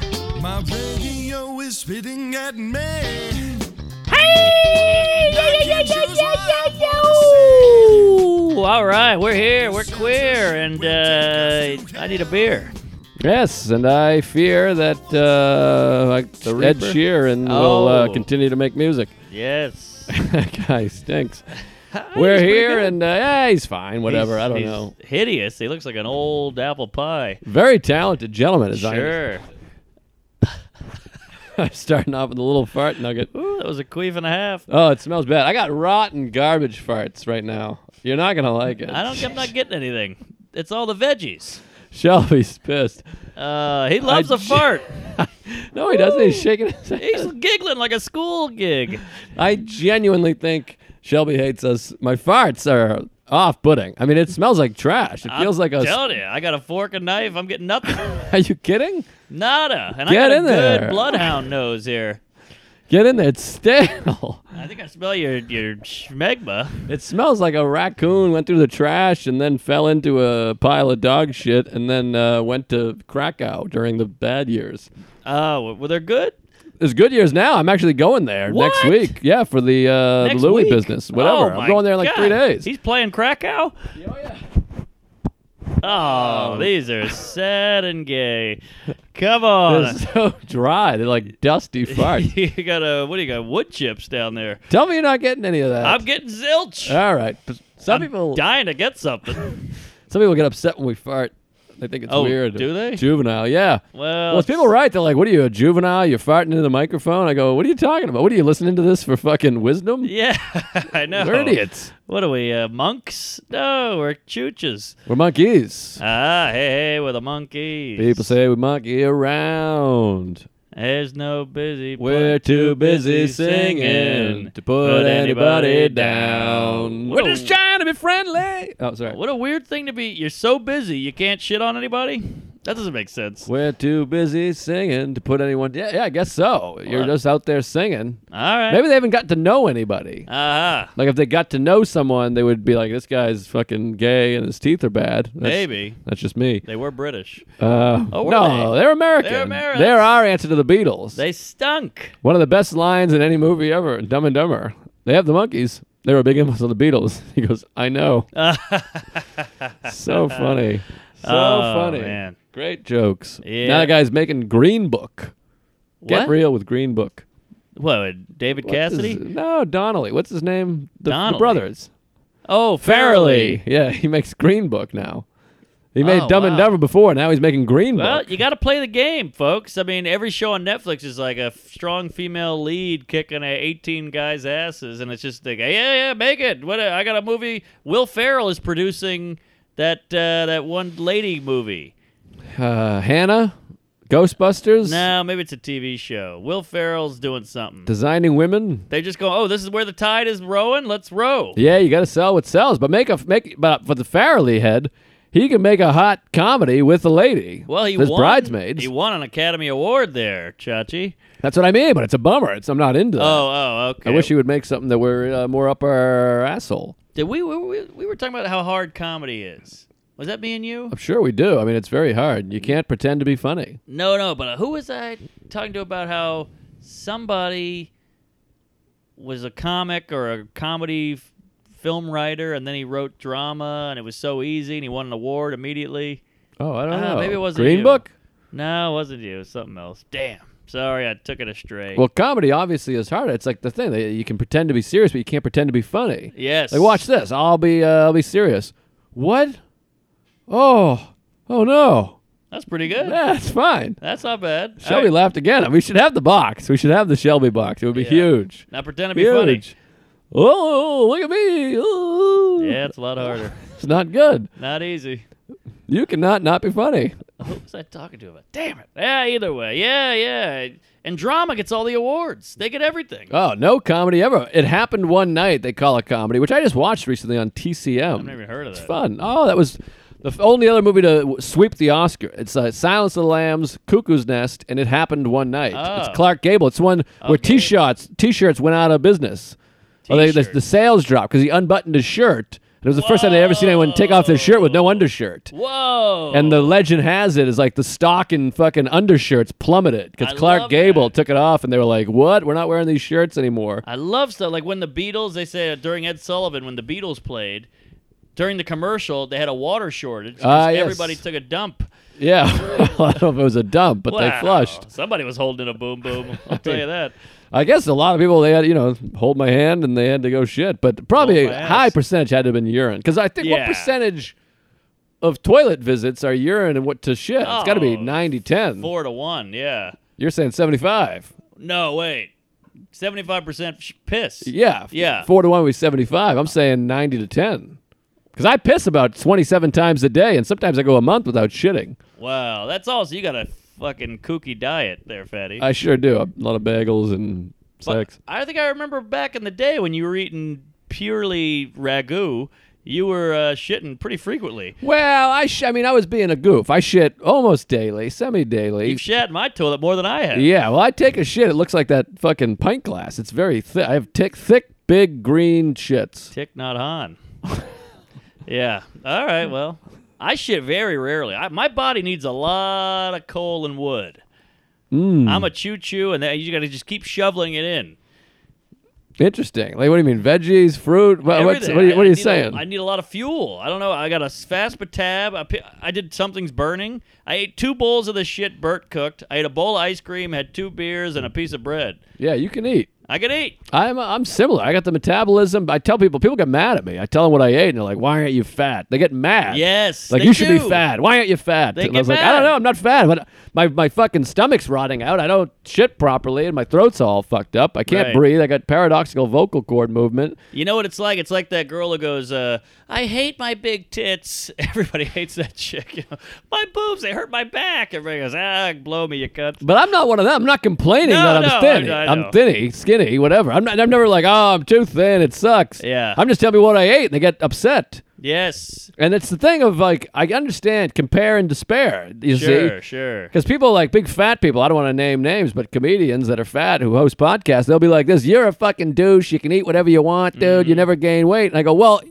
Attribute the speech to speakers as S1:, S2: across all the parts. S1: My radio is spitting at me.
S2: Ooh, all right, we're here. We're queer, and uh, I need a beer.
S3: Yes, and I fear that uh, like Ed
S2: Reaper?
S3: Sheeran will
S2: Oh.
S3: uh, continue to make music.
S2: Yes.
S3: that guy stinks. We're here, and uh, yeah, he's fine. Whatever,
S2: He's-
S3: I don't
S2: he's
S3: know.
S2: Hideous. He looks like an old apple pie.
S3: Very talented gentleman, as I
S2: Sure.
S3: I'm starting off with a little fart nugget.
S2: Ooh, that was a queef and a half.
S3: Oh, it smells bad. I got rotten garbage farts right now. You're not gonna like it.
S2: I don't. I'm not getting anything. It's all the veggies.
S3: Shelby's pissed.
S2: Uh, he loves a
S3: j-
S2: fart.
S3: No, he doesn't. He's shaking his
S2: He's
S3: head.
S2: giggling like a school gig.
S3: I genuinely think Shelby hates us. My farts are off-putting. I mean, it smells like trash. It feels
S2: I'm
S3: like a.
S2: Telling you, I got a fork and knife. I'm getting nothing.
S3: Are you kidding?
S2: Nada. And
S3: Get
S2: I got
S3: in
S2: a good
S3: there.
S2: bloodhound nose here.
S3: Get in there. It's stale.
S2: I think I smell your your schmegma.
S3: It smells like a raccoon went through the trash and then fell into a pile of dog shit and then uh, went to Krakow during the bad years.
S2: Oh, well, they're good.
S3: It's good years now. I'm actually going there next
S2: What?
S3: week. Yeah, for the uh,
S2: Next
S3: Louis
S2: week?
S3: business,
S2: Oh,
S3: whatever.
S2: my
S3: I'm going there in like three
S2: God.
S3: days.
S2: He's playing Krakow.
S3: Um,
S2: Oh, these are sad and gay. Come on.
S3: They're so dry. They're like dusty farts.
S2: you got a what do you got? Wood chips down there.
S3: Tell me you're not getting any of that.
S2: I'm getting zilch.
S3: All right. But Some
S2: I'm
S3: people,
S2: dying to get something.
S3: some people get upset when we fart. They think it's
S2: Oh,
S3: weird.
S2: do they?
S3: Juvenile, yeah.
S2: Well,
S3: Well, if people write, they're like, "What are you, a juvenile? You're farting into the microphone?" I go, "What are you talking about? What are you listening to this for? Fucking wisdom?
S2: Yeah, I know.
S3: We're idiots.
S2: What are we, uh, monks? No, we're chooches.
S3: We're monkeys."
S2: Ah, hey, hey, we're the monkeys.
S3: People say we monkey around.
S2: There's no busy.
S3: We're
S2: but
S3: too busy singing to put anybody down. We're
S2: Whoa.
S3: just trying to be friendly. Oh, sorry.
S2: What a weird thing to be. You're so busy, you can't shit on anybody? That doesn't make sense.
S3: We're too busy singing to put anyone. Yeah, yeah, I guess so. You're
S2: What?
S3: just out there singing.
S2: All right.
S3: Maybe they haven't got to know anybody.
S2: Uh-huh.
S3: Like if they got to know someone, they would be like, "This guy's fucking gay and his teeth are bad." That's-
S2: Maybe.
S3: that's just me.
S2: They were British.
S3: Uh,
S2: Oh, were
S3: no,
S2: they?
S3: are American.
S2: They're Ameri-
S3: They're our answer to the Beatles.
S2: They stunk.
S3: One of the best lines in any movie ever, in Dumb and Dumber. They have the monkeys. They were a big influence on the Beatles. He goes, I know. so funny. So
S2: Oh,
S3: funny.
S2: man.
S3: Great jokes. Now
S2: Yeah.
S3: the guy's making Green Book. Get
S2: What?
S3: real with Green Book.
S2: What, David
S3: What's
S2: Cassidy?
S3: his- no, Donnelly. What's his name? The, the
S2: Donnelly.
S3: brothers.
S2: Oh, Farrelly.
S3: Yeah, he makes Green Book now. He made
S2: Oh,
S3: Dumb and
S2: wow.
S3: Dumber before. Now he's making Green
S2: Well,
S3: Book.
S2: you got to play the game, folks. I mean, every show on Netflix is like a f- strong female lead kicking at 18 guys' asses, and it's just like, yeah, yeah, make it. What? a- I got a movie. Will Ferrell is producing that uh, that one lady movie.
S3: Uh, Hannah, Ghostbusters,
S2: No, maybe it's a TV show. Will Ferrell's doing something.
S3: Designing Women.
S2: They just go, oh, this is where the tide is rowing. Let's row.
S3: Yeah, you got to sell what sells, but make a make. But for the Farrelly head, he can make a hot comedy with a lady.
S2: Well, he
S3: his
S2: won.
S3: bridesmaids.
S2: He won an Academy Award there, Chachi.
S3: That's what I mean. But it's a bummer. It's I'm not into that.
S2: Oh, oh, okay.
S3: I wish he would make something that were uh, more up our asshole.
S2: Did we, we we we were talking about how hard comedy is. Was that me and you?
S3: I'm sure we do. I mean, it's very hard. You can't pretend to be funny.
S2: No, no, but who was I talking to about how somebody was a comic or a comedy f- film writer and then he wrote drama and it was so easy and he won an award immediately?
S3: Oh, I don't
S2: Ah,
S3: know.
S2: maybe it wasn't
S3: Green
S2: you.
S3: Book.
S2: No, it wasn't you. It was something else. Damn. Sorry, I took it astray.
S3: Well, comedy obviously is hard. It's like the thing that you can pretend to be serious, but you can't pretend to be funny.
S2: yes.
S3: Like, watch this. I'll be uh, I'll be serious. What? Oh, oh no.
S2: That's pretty good.
S3: Yeah, it's fine.
S2: That's not bad.
S3: Shelby
S2: All right.
S3: laughed again. We should have the box. We should have the Shelby box. It would be
S2: Yeah.
S3: huge.
S2: Now pretend to be funny.
S3: Huge. Oh, look at me. Oh.
S2: Yeah, it's a lot harder.
S3: It's not good.
S2: not easy.
S3: You cannot not be funny.
S2: Who was I talking to about? Damn it. Yeah, either way. Yeah, yeah. And drama gets all the awards. They get everything.
S3: Oh, no comedy ever. It happened one night. They call it comedy, which I just watched recently on TCM.
S2: I've never even heard of
S3: It's
S2: that.
S3: fun. Oh, that was the f- only other movie to w- sweep the Oscar. It's uh, Silence of the Lambs, Cuckoo's Nest, and it happened one night.
S2: Oh.
S3: It's Clark Gable. It's one where
S2: Okay.
S3: t-shirts t-shirts went out of business. Or they, the,
S2: T-shirts.
S3: the sales dropped because he unbuttoned his shirt. And it was the first time they ever seen anyone take off their shirt with no undershirt.
S2: Whoa.
S3: And the legend has it is like the stock and fucking undershirts plummeted
S2: I
S3: because Clark
S2: love
S3: Gable
S2: that.
S3: took it off and they were like, "What? We're not wearing these shirts anymore."
S2: I love stuff like when the Beatles. They say uh, during Ed Sullivan when the Beatles played during the commercial they had a water shortage 'cause
S3: Ah, yes.
S2: everybody took a dump.
S3: Yeah, I don't know if it was a dump, but they
S2: Wow.
S3: flushed.
S2: Somebody was holding a boom boom. I'll tell you that.
S3: I guess a lot of people they had you know hold my hand and they had to go shit, but probably
S2: Hold my
S3: a high
S2: ass.
S3: percentage had to have been urine because I think
S2: Yeah.
S3: what percentage of toilet visits are urine and what to shit? it's got to be
S2: Oh,
S3: 90 10
S2: Four to one. Yeah.
S3: You're saying seventy five.
S2: No wait. Seventy-five percent piss.
S3: Yeah, f-
S2: Yeah.
S3: Four to one was seventy five. I'm saying ninety to ten. Because I piss about 27 times a day, and sometimes I go a month without shitting.
S2: Wow. That's also you got a fucking kooky diet there, fatty.
S3: I sure do. A lot of bagels and
S2: But
S3: sex.
S2: I think I remember back in the day when you were eating purely ragu, you were uh, shitting pretty frequently.
S3: Well, I sh- I mean, I was being a goof. I shit almost daily, semi daily.
S2: You've shat in my toilet more than I have.
S3: Yeah, well, I take a shit. It looks like that fucking pint glass. It's very thick. I have thick, thick, big green shits.
S2: Tick not on. yeah. All right. Well, I shit very rarely. I, my body needs a lot of coal and wood.
S3: Mm.
S2: I'm a choo choo, and that, you got to just keep shoveling it in.
S3: Interesting. Like, what do you mean? Veggies, fruit? Oh, What, what's,
S2: Everything.
S3: what are you, what
S2: I
S3: are you
S2: need a-
S3: saying?
S2: I need a lot of fuel. I don't know. I got a fast tab. I, pi- I did something's burning. I ate two bowls of the shit Bert cooked. I ate a bowl of ice cream, had two beers, and a piece of bread.
S3: yeah, you can eat.
S2: I could eat.
S3: I'm I'm similar. I got the metabolism. I tell people, people get mad at me. I tell them what I ate, and they're like, "Why aren't you fat?" They get mad.
S2: Yes,
S3: Like
S2: they
S3: you should
S2: do.
S3: be fat. Why aren't you fat?
S2: They
S3: and I was
S2: get
S3: like, I
S2: mad.
S3: don't know. I'm not fat, but my my fucking stomach's rotting out. I don't shit properly, and my throat's all fucked up. I can't
S2: Right.
S3: breathe. I got paradoxical vocal cord movement.
S2: You know what it's like? It's like that girl who goes, uh, "I hate my big tits." Everybody hates that chick. You know, my boobs, they hurt my back. Everybody goes, "Ah, blow me, you cunt."
S3: But I'm not one of them. I'm not complaining
S2: No,
S3: that I'm
S2: no,
S3: thin.
S2: I- I know.
S3: I'm thinny, skinny, whatever. I'm not, I'm never like, oh, I'm too thin. It sucks.
S2: Yeah.
S3: I'm just telling you what I ate, and they get upset.
S2: Yes,
S3: And it's the thing of like, I understand compare and despair. You
S2: sure,
S3: see.
S2: sure.
S3: Because people like big fat people, I don't want to name names, but comedians that are fat who host podcasts, they'll be like, "This, you're a fucking douche. You can eat whatever you want, dude.
S2: Mm-hmm.
S3: You never gain weight." And I go, "Well,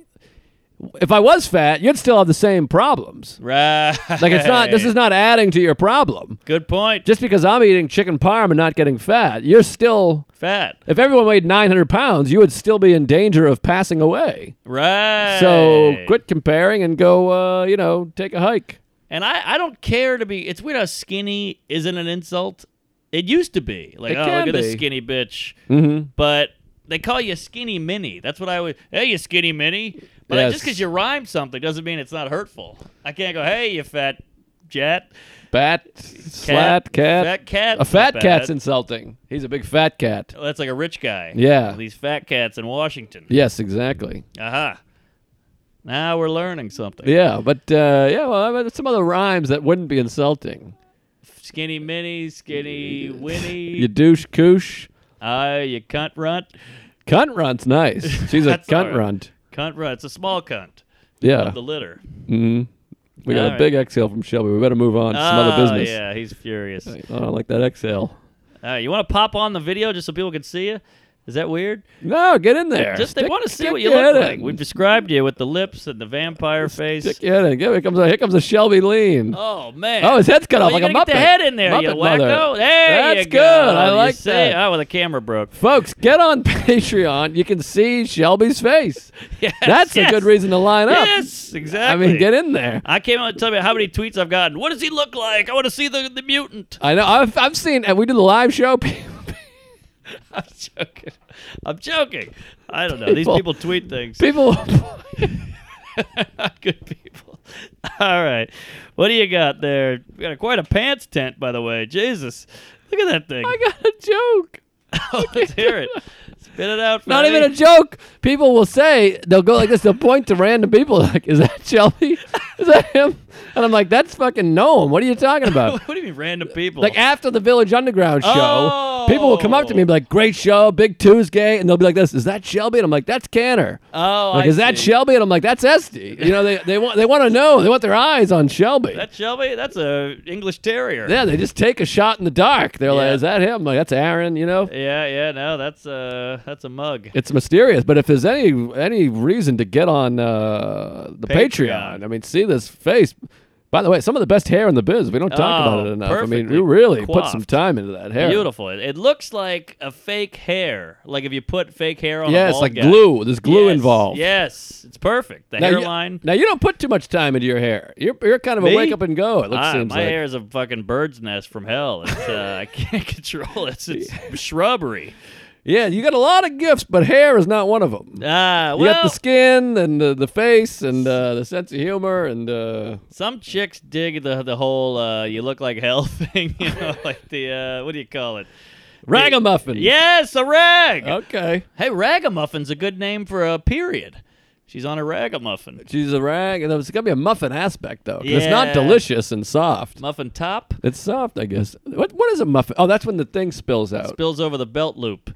S3: if I was fat, you'd still have the same problems.
S2: Right.
S3: Like it's not. This is not adding to your problem
S2: good point.
S3: just because I'm eating chicken parm and not getting fat, you're still.
S2: fat.
S3: If everyone weighed 900 pounds, you would still be in danger of passing away.
S2: Right.
S3: So quit comparing and go, uh, you know, take a hike.
S2: And I, I don't care to be. It's weird how skinny isn't an insult. It used to be like,
S3: It
S2: oh, look
S3: can
S2: at this
S3: be.
S2: skinny bitch.
S3: Mm-hmm.
S2: But they call you skinny mini. That's what I would. Hey, you skinny mini. But like, just
S3: Yes.
S2: because you rhyme something doesn't mean it's not hurtful. I can't go, hey, you fat jet,
S3: Bat, slat, cat.
S2: fat cat,
S3: A fat
S2: Not
S3: cat's
S2: bad. Oh,
S3: insulting. He's a big fat cat.
S2: That's like a rich guy.
S3: Yeah.
S2: These fat cats in Washington.
S3: Yes, exactly.
S2: Aha. Now we're learning something.
S3: Yeah, but uh, yeah, well, I mean, some other rhymes that wouldn't be insulting.
S2: Skinny mini, skinny
S3: You
S2: Winnie.
S3: douche koosh.
S2: Ah, you cunt runt.
S3: Cunt runt's nice. She's a
S2: That's all
S3: cunt
S2: right.
S3: runt.
S2: Cunt runt. It's a small cunt.
S3: Yeah.
S2: The litter.
S3: hmm We got
S2: All
S3: a
S2: right.
S3: big exhale from Shelby. We better move on to some other
S2: Oh,
S3: business. Oh,
S2: Yeah, he's furious. All
S3: I don't like that exhale.
S2: right, you want to pop on the video just so people can see you? Is that weird?
S3: No, get in there.
S2: Just they
S3: Stick-
S2: want to see
S3: stick
S2: what you
S3: your
S2: look
S3: head
S2: like.
S3: in.
S2: We've described you with the lips and the vampire face.
S3: Stick your head in. Here comes a, here comes a Shelby lean.
S2: Oh man!
S3: Oh, his head's cut
S2: Oh,
S3: off
S2: you
S3: like a
S2: gotta Get the
S3: Muppet.
S2: head in there, you
S3: Muppet
S2: wacko.
S3: mother.
S2: There
S3: That's
S2: you go.
S3: good. I
S2: You
S3: like
S2: see?
S3: that.
S2: Oh, well, the camera broke.
S3: Folks, get on Patreon. You can see Shelby's face.
S2: Yes,
S3: That's
S2: yes.
S3: a good reason to line up.
S2: Yes,
S3: I
S2: exactly.
S3: mean, get in there.
S2: I came out and tell me how many tweets I've gotten. What does he look like? I want to see the the mutant.
S3: I know. I've, I've seen, and we did the live show.
S2: I'm joking. I'm joking. I don't know. These
S3: People-
S2: people tweet things.
S3: People,
S2: Good people. All right. What do you got there? We got quite a pants tent, by the way. Jesus. Look at that thing.
S3: I got a joke.
S2: Let's hear it. Spit it out.
S3: Not even a
S2: Freddie.
S3: joke. People will say, they'll go like this. They'll point to random people like, is that Shelby? Is that him? And I'm like, that's fucking Noam. What are you talking about?
S2: what do you mean, random people?
S3: like after the Village Underground show, people will come up to me and be like, great show, big Tuesday. And they'll be like, this, is that Shelby? And I'm like, that's Canner.
S2: oh,
S3: like,
S2: I
S3: is that
S2: see.
S3: Shelby? And I'm like, that's Esty. You know, they, they want they want to know. They want their eyes on Shelby.
S2: That Shelby? That's a English Terrier.
S3: yeah, they just take a shot in the dark. They're like,
S2: Yeah.
S3: is that him? I'm like, that's Aaron, you know?
S2: yeah, yeah. No, that's a that's a mug.
S3: It's mysterious, but if there's any any reason to get on uh, the Patreon.
S2: Patreon.
S3: I mean, see this face. By the way, some of the best hair in the biz. We don't talk
S2: Oh,
S3: about it enough. I mean,
S2: perfectly
S3: you really put some
S2: coiffed.
S3: time into that hair.
S2: Beautiful. It, it looks like a fake hair. Like if you put fake hair on.
S3: Yes,
S2: a bald
S3: like
S2: guy.
S3: glue. There's glue
S2: Yes,
S3: involved.
S2: Yes, it's perfect. The
S3: Now you-
S2: hairline.
S3: now you don't put too much time into your hair. You're, you're kind of a
S2: Me?
S3: wake up and go. It looks
S2: Ah,
S3: seems
S2: my
S3: like.
S2: hair is a fucking bird's nest from hell. It's, uh, I can't control it. It's, it's shrubbery.
S3: Yeah, you got a lot of gifts, but hair is not one of them.
S2: Ah,
S3: You got
S2: well,
S3: the skin and the, the face and uh, the sense of humor and uh,
S2: some chicks dig the the whole uh, "you look like hell" thing. You know, like the uh, what do you call it?
S3: ragamuffin.
S2: Yes, a rag.
S3: Oh. Okay.
S2: Hey, Ragamuffin's a good name for a period. She's on a Ragamuffin.
S3: She's a rag. and It's got to be a muffin aspect, though. 'cause It's not
S2: Yeah.
S3: delicious and soft.
S2: Muffin top
S3: It's soft, I guess. What What is a muffin? Oh, that's when the thing spills out.
S2: spills over the belt loop.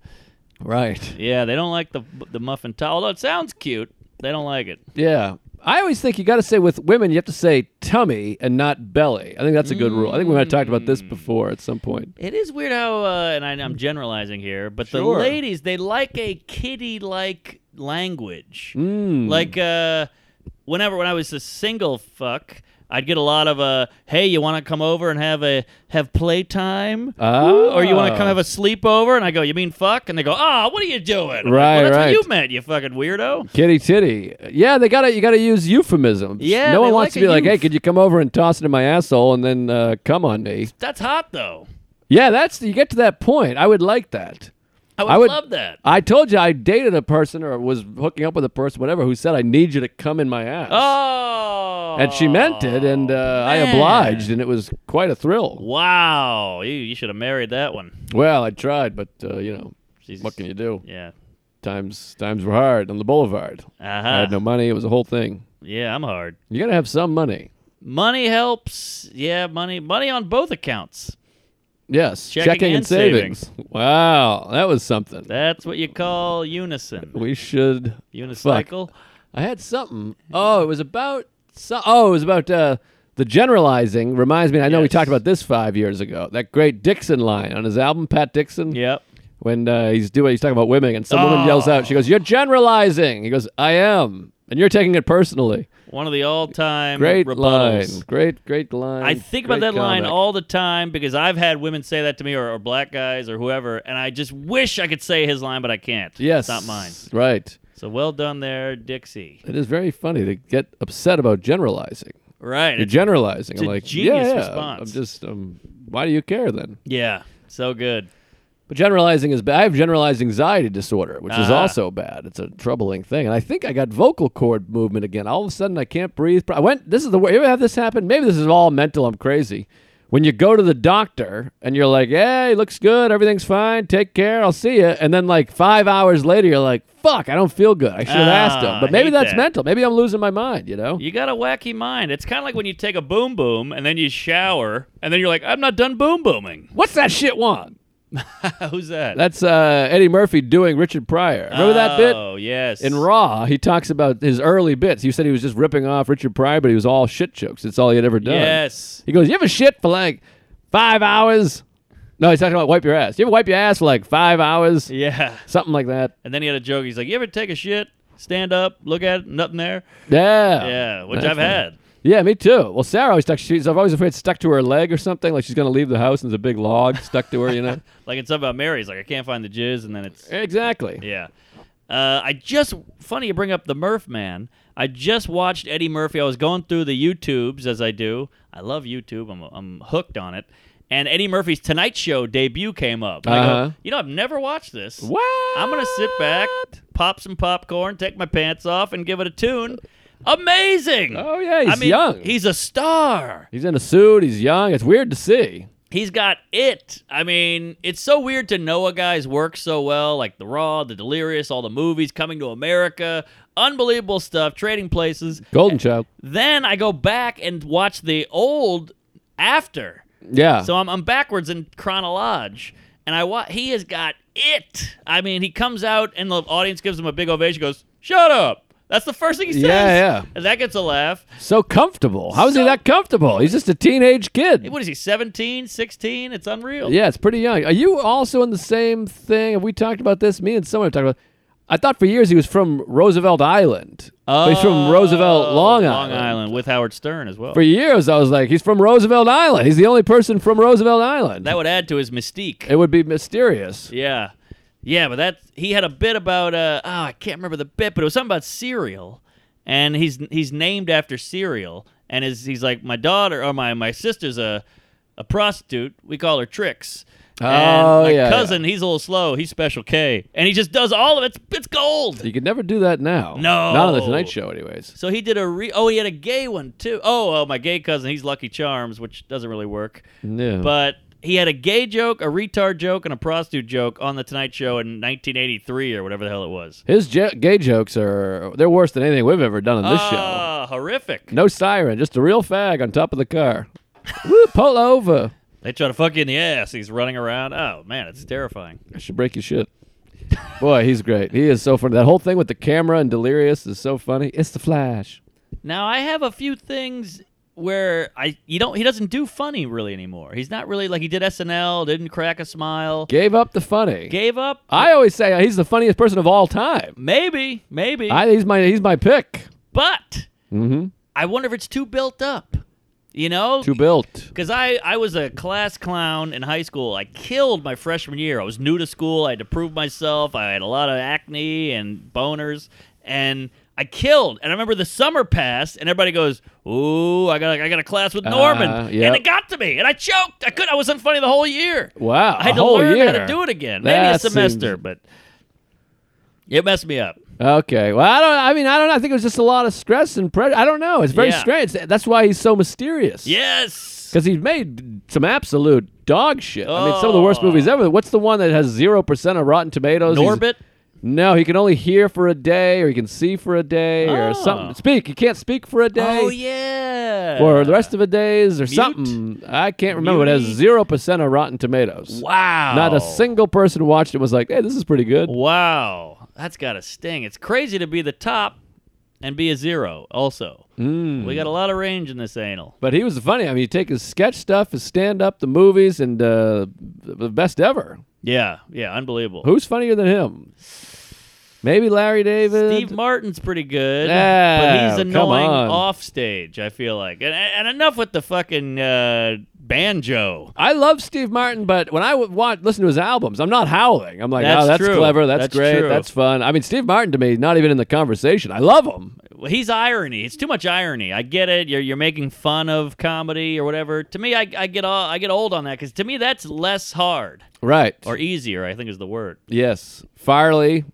S3: right.
S2: Yeah, they don't like the the muffin top. Although it sounds cute, they don't like it.
S3: Yeah. I always think you got to say with women, you have to say tummy and not belly. I think that's a good rule. I think we might have talked about this
S2: Mm.
S3: before at some point.
S2: It is weird how, uh, and I, I'm generalizing here, but the
S3: Mm. Sure.
S2: ladies they like a kitty-like language.
S3: Mm.
S2: Like uh, whenever when I was a single fuck, I'd get a lot of uh, "Hey, you want to come over and have a have playtime?"
S3: Oh.
S2: Or you want to come have a sleepover? And I go, "You mean fuck?" And they go, "Ah, what are you doing?" I'm like,
S3: Right,
S2: well, that's
S3: right.
S2: what you meant, you fucking weirdo.
S3: Kitty titty. Yeah, they gotta you gotta use euphemisms.
S2: Yeah,
S3: no
S2: they
S3: one wants to
S2: like a
S3: be like, hey,
S2: euph.
S3: could you come over and toss it in my asshole and then uh, come on me?
S2: That's hot though.
S3: Yeah, that's you get to that point. I would like that.
S2: I would,
S3: I would-
S2: love that.
S3: I told you I dated a person or was hooking up with a person, whatever, who said I need you to come in my ass.
S2: Oh.
S3: and she meant it, and uh, I
S2: man.
S3: obliged, and it was quite a thrill.
S2: Wow, you you should have married that one.
S3: Well, I tried, but uh, you know,
S2: She's,
S3: what can you do?
S2: Yeah.
S3: Times times were hard on the boulevard. I
S2: Uh
S3: had
S2: huh.
S3: no money. It was a whole thing.
S2: Yeah, I'm hard.
S3: You gotta have some money.
S2: Money helps. Yeah, money. Money on both accounts.
S3: Yes,
S2: Checking and
S3: savings. Wow, that was something.
S2: That's what you call unison.
S3: We should.
S2: Unicycle.
S3: I had something. Oh, it was about. So, oh, it was about uh, the generalizing. Reminds me. I know we
S2: Yes.
S3: talked about this five years ago. That great Dixon line on his album, Pat Dixon.
S2: Yep.
S3: When uh, he's doing, he's talking about women, and some woman yells out. She goes, "You're generalizing." He goes, "I am," and you're taking it personally.
S2: One of the all-time
S3: Great
S2: rebuttals.
S3: line. Great, great line.
S2: I think about
S3: Great
S2: that line
S3: comic.
S2: all the time because I've had women say that to me or, or black guys or whoever, and I just wish I could say his line, but I can't.
S3: Yes,
S2: It's not mine.
S3: Right.
S2: So well done there, Dixie.
S3: It is very funny to get upset about generalizing.
S2: Right.
S3: You're generalizing.
S2: it's
S3: I'm
S2: a
S3: like,
S2: genius
S3: yeah, yeah,
S2: response.
S3: I'm just, um, why do you care then?
S2: yeah. So good.
S3: But generalizing is bad. I have generalized anxiety disorder, which is
S2: Ah.
S3: also bad. It's a troubling thing. And I think I got vocal cord movement again. All of a sudden, I can't breathe. Pro- I went, this is the way, you ever have this happen? Maybe this is all mental. I'm crazy. When you go to the doctor and you're like, hey, looks good. Everything's fine. Take care. I'll see you. And then, like, five hours later, you're like, fuck, I don't feel good. I should have
S2: Ah,
S3: asked him. But
S2: I
S3: maybe
S2: hate
S3: that's
S2: that.
S3: mental. Maybe I'm losing my mind, you know?
S2: You got a wacky mind. It's kind of like when you take a boom boom and then you shower and then you're like, I'm not done boom booming.
S3: What's that shit want?
S2: Who's that?
S3: That's uh, Eddie Murphy doing Richard Pryor. Remember that bit?
S2: Oh, yes.
S3: In Raw, he talks about his early bits. You said he was just ripping off Richard Pryor, but he was all shit jokes. It's all he had ever done.
S2: Yes.
S3: He goes, You ever shit for like five hours? No, he's talking about wipe your ass. You ever wipe your ass for like five hours?
S2: Yeah.
S3: Something like that.
S2: And then he had a joke. He's like, You ever take a shit, stand up, look at it, nothing there?
S3: Yeah.
S2: yeah, which
S3: That's
S2: I've
S3: funny.
S2: had.
S3: Yeah, me too. Well, Sarah always stuck. She's I've always afraid it's stuck to her leg or something. Like she's gonna leave the house and there's a big log stuck to her. You know.
S2: Like it's about Mary's. Like I can't find the jizz, and then it's
S3: exactly.
S2: yeah. Uh, I just funny you bring up the Murph man. I just watched Eddie Murphy. I was going through the YouTubes as I do. I love YouTube. I'm I'm hooked on it. And Eddie Murphy's Tonight Show debut came up. And I
S3: Uh-huh.
S2: go, you know, I've never watched this.
S3: What?
S2: I'm gonna sit back, pop some popcorn, take my pants off, and give it a tune. Amazing!
S3: Oh, yeah, he's
S2: I mean,
S3: young.
S2: He's a star.
S3: He's in a suit. He's young. It's weird to see.
S2: he's got it. I mean, it's so weird to know a guy's work so well, like The Raw, The Delirious, all the movies, Coming to America, unbelievable stuff, Trading Places.
S3: Golden Child.
S2: Then I go back and watch the old after.
S3: Yeah.
S2: So I'm, I'm backwards in chronology, and I wa- he has got it. I mean, he comes out and the audience gives him a big ovation. Goes, shut up. That's the first thing he says.
S3: Yeah, yeah.
S2: And that gets a laugh.
S3: so comfortable. How is he
S2: So-
S3: that comfortable? He's just a teenage kid.
S2: What is he? 17, 16? It's unreal.
S3: Yeah, it's pretty young. Are you also in the same thing? Have we talked about this? Me and someone have talked about. I thought for years he was from Roosevelt Island. But he's from Roosevelt, Long Island.
S2: Oh, Long Island with Howard Stern as well.
S3: For years, I was like, he's from Roosevelt Island. He's the only person from Roosevelt Island.
S2: that would add to his mystique.
S3: it would be mysterious.
S2: Yeah. Yeah, but that he had a bit about uh oh, I can't remember the bit, but it was something about cereal. And he's he's named after cereal and is he's like my daughter or my my sister's a a prostitute. We call her Tricks. and
S3: Oh,
S2: my
S3: yeah,
S2: cousin, he's a little slow. He's special K, and he just does all of it. It's, it's gold.
S3: You could never do that now.
S2: No.
S3: Not on the Tonight Show, anyways.
S2: So he did a re. Oh, he had a gay one too. Oh, oh, my gay cousin. He's Lucky Charms, which doesn't really work.
S3: No.
S2: But he had a gay joke, a retard joke, and a prostitute joke on the Tonight Show in 1983 or whatever the hell it was.
S3: His j- gay jokes are they're worse than anything we've ever done on this show.
S2: Ah, horrific.
S3: No siren, just a real fag on top of the car. Woo, pull over.
S2: They try to fuck you in the ass. He's running around. Oh man, it's terrifying.
S3: I should break your shit. Boy, he's great. He is so funny. That whole thing with the camera and delirious is so funny. It's the Flash.
S2: Now I have a few things where I you don't he doesn't do funny really anymore. He's not really like he did SNL, didn't crack a smile,
S3: Gave up the funny.
S2: gave up.
S3: I always say uh, he's the funniest person of all time.
S2: Maybe, maybe,
S3: I, he's my he's my pick.
S2: but
S3: Mm-hmm.
S2: I wonder if it's too built up. You know,
S3: Two built.
S2: Because I, I was a class clown in high school. I killed my freshman year. I was new to school. I had to prove myself. I had a lot of acne and boners. And I killed. And I remember the summer passed, and everybody goes, Ooh, I got, a, I got a class with Norman.
S3: Uh, yep.
S2: And it got to me. And I choked. I could. I was unfunny the whole year.
S3: Wow.
S2: I
S3: a
S2: had to
S3: whole
S2: learn
S3: year.
S2: how to do it again. Maybe
S3: That
S2: a semester, but it messed me up.
S3: Okay. Well, I don't. I mean, I don't. know. I think it was just a lot of stress and pressure. I don't know. It's very
S2: Yeah.
S3: strange. That's why he's so mysterious.
S2: Yes.
S3: Because he's made some absolute dog shit. I mean, some of the worst
S2: Oh.
S3: movies ever. What's the one that has zero percent of Rotten Tomatoes? He's-
S2: Norbit.
S3: no, he can only hear for a day, or he can see for a day, or
S2: Oh.
S3: something. Speak. He can't speak for a day.
S2: Oh, yeah.
S3: Or the rest of the days, or
S2: Mute?
S3: something. I can't remember. It has
S2: Mutey?
S3: zero percent of Rotten Tomatoes.
S2: Wow.
S3: Not a single person watched it. and Was like, hey, this is pretty good.
S2: Wow, that's got a sting. It's crazy to be the top and be a zero. Also,
S3: Hmm.
S2: we got a lot of range in this anal.
S3: But he was funny. I mean, you take his sketch stuff, his stand up, the movies, and uh, the best ever.
S2: Yeah, yeah, unbelievable.
S3: Who's funnier than him? Maybe Larry David.
S2: Steve Martin's pretty good,
S3: Yeah,
S2: but he's
S3: come
S2: annoying
S3: on.
S2: off stage. I feel like, and, and enough with the fucking uh, banjo.
S3: I love Steve Martin, but when I w- watch, listen to his albums, I'm not howling. I'm like,
S2: That's
S3: oh, that's
S2: true.
S3: clever. That's,
S2: That's
S3: great.
S2: true.
S3: That's fun. I mean, Steve Martin to me, not even in the conversation. I love him.
S2: Well, He's irony. It's too much irony. I get it. You're you're making fun of comedy or whatever. To me, I, I get all, I get old on that because to me that's less hard
S3: Right.
S2: or easier. I think is the word.
S3: yes. Farley.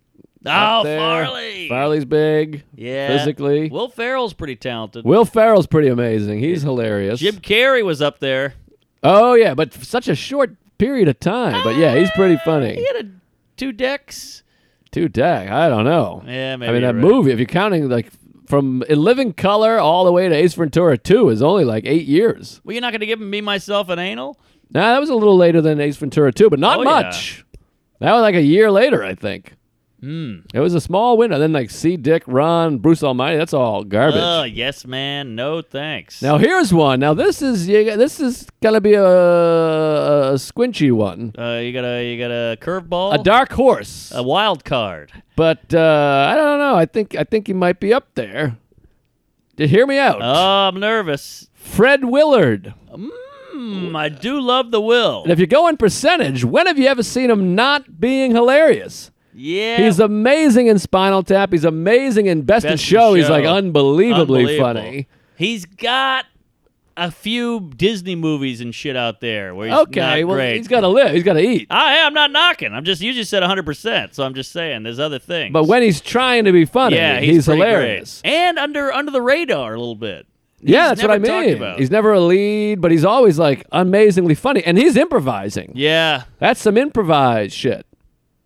S2: Oh,
S3: up there.
S2: Farley.
S3: Farley's big.
S2: Yeah.
S3: Physically. Will,
S2: Will Ferrell's pretty talented.
S3: Farrell's pretty amazing. He's hilarious.
S2: Jim Carrey was up there.
S3: oh, yeah, but for such a short period of time. But yeah, he's
S2: Ah,
S3: pretty funny.
S2: He had a, two decks.
S3: Two deck. I don't know.
S2: Yeah, maybe
S3: I mean
S2: you're
S3: that
S2: right.
S3: movie. If you're counting like from In Living Color all the way to Ace Ventura Two, is only like eight years.
S2: Well, you're not going to give me myself an anal?
S3: Nah, that was a little later than Ace Ventura Two, but not
S2: Oh, yeah.
S3: much. That was like a year later, I think.
S2: Hmm.
S3: It was a small window. Then like C. Dick, Ron, Bruce Almighty. That's all garbage.
S2: Oh, yes, man. No thanks.
S3: now here's one. Now this is you, this is gonna be a, a squinchy one,
S2: Uh, you got a you got a curveball,
S3: a dark horse.
S2: a wild card.
S3: but uh, I don't know. I think I think he might be up there. Hear me out.
S2: Oh, I'm nervous.
S3: Fred Willard.
S2: Hmm, I do love the will.
S3: And if you go in percentage, when have you ever seen him not being hilarious?
S2: Yeah,
S3: He's amazing in Spinal Tap. He's amazing in Best, in Show. He's like unbelievably
S2: Unbelievable.
S3: funny.
S2: He's got a few Disney movies and shit out there where he's
S3: Okay,
S2: not
S3: well,
S2: great.
S3: he's got to live. He's got to eat.
S2: I, Ah, I'm not knocking. I'm just you just said 100, percent so I'm just saying there's other things.
S3: But when he's trying to be funny,
S2: yeah,
S3: he's,
S2: pretty
S3: hilarious.
S2: great. and under under the radar a little bit.
S3: yeah,
S2: He's
S3: that's what I
S2: never talked
S3: mean.
S2: about.
S3: He's never a lead, but he's always like amazingly funny, and he's improvising.
S2: Yeah,
S3: That's some improvised shit.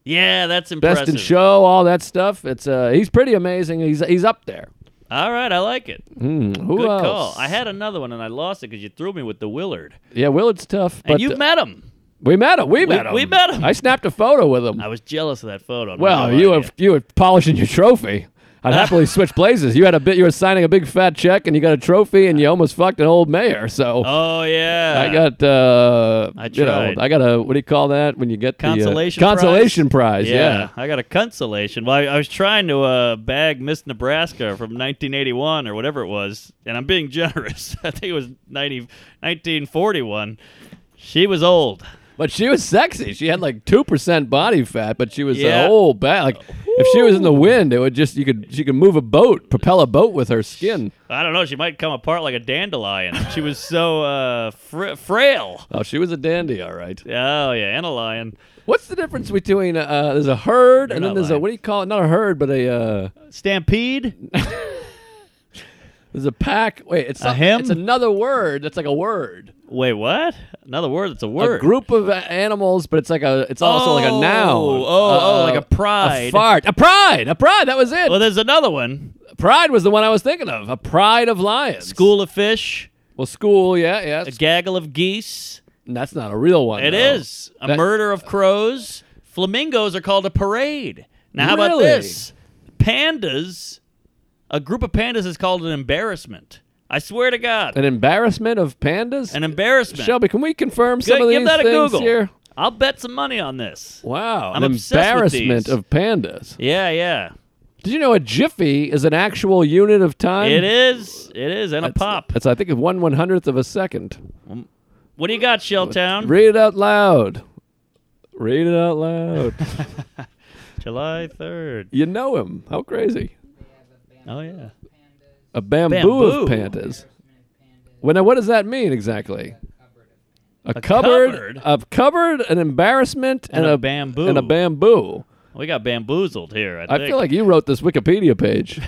S2: yeah, that's impressive.
S3: Best in show, all that stuff. It's uh, he's pretty amazing. He's he's up there.
S2: All right, I like it.
S3: Hmm, who
S2: Good
S3: else?
S2: call. I had another one and I lost it because you threw me with the Willard.
S3: yeah, Willard's tough, but
S2: And you
S3: uh,
S2: met him.
S3: we met him. We
S2: We-
S3: met him.
S2: we met him.
S3: I snapped a photo with him.
S2: I was jealous of that photo. I'm not
S3: Well,
S2: gonna
S3: you
S2: lie
S3: were
S2: to
S3: you were polishing your trophy. I'd happily switch places. You had a bit. You were signing a big fat check, and you got a trophy, and you almost fucked an old mayor. So
S2: Oh yeah.
S3: I got uh,
S2: I
S3: you know,
S2: tried.
S3: I got a what do you call that when you get
S2: Consolation
S3: the, uh,
S2: prize?
S3: consolation prize?
S2: Yeah,
S3: Yeah.
S2: I got a consolation. Well, I, I was trying to uh, bag Miss Nebraska from 1981 or whatever it was, and I'm being generous. I think it was 90, 1941. She was old.
S3: but she was sexy. She had like two percent body fat, but she was
S2: Yeah.
S3: an old bat. Like if she was in the wind, it would just you could she could move a boat, propel a boat with her skin.
S2: I don't know. She might come apart like a dandelion. She was so uh, fr- frail.
S3: Oh, she was a dandy, all right.
S2: Oh yeah, and a lion.
S3: What's the difference between uh, there's a herd and
S2: You're
S3: then
S2: not
S3: there's a
S2: lying.
S3: what do you call it? Not a herd, but a. Uh,
S2: Stampede.
S3: There's a pack. Wait, it's
S2: A
S3: some-
S2: hymn?
S3: It's another word. That's like a word.
S2: Wait, what? Another word that's a word.
S3: A group of uh, animals, but it's like a. It's also like a noun.
S2: Oh, oh, oh, like a pride.
S3: A fart. A pride. A pride. That was it.
S2: Well, there's another one.
S3: pride was the one I was thinking of. A pride of lions.
S2: School of fish,
S3: Well, school. Yeah, yeah.
S2: a gaggle of geese.
S3: That's not a real one.
S2: It
S3: though.
S2: is a
S3: That-
S2: murder of crows. Flamingos are called a parade. Now, how about
S3: Really?
S2: this? Pandas, a group of pandas is called an embarrassment. I swear to God,
S3: An embarrassment of pandas.
S2: an embarrassment.
S3: Shelby, can we confirm
S2: Go-
S3: some of
S2: give
S3: these
S2: that a
S3: things
S2: Google.
S3: here?
S2: I'll bet some money on this.
S3: Wow,
S2: I'm
S3: an
S2: obsessed with these.
S3: embarrassment of pandas.
S2: Yeah, yeah.
S3: Did you know a jiffy is an actual unit of time?
S2: It is. It is. And a pop.
S3: That's I think one one hundredth of a second.
S2: What do you got, Shelltown?
S3: Read it out loud. Read it out loud.
S2: July 3rd.
S3: you know him. How crazy.
S2: Oh, yeah.
S3: A bamboo, of
S2: Bamboo.
S3: pandas. Well, now, what does that mean exactly? A,
S2: cupboard?
S3: cupboard, a cupboard, an embarrassment, and,
S2: And a
S3: a
S2: bamboo.
S3: And a bamboo.
S2: We got bamboozled here, I
S3: I
S2: think.
S3: feel like you wrote this Wikipedia page.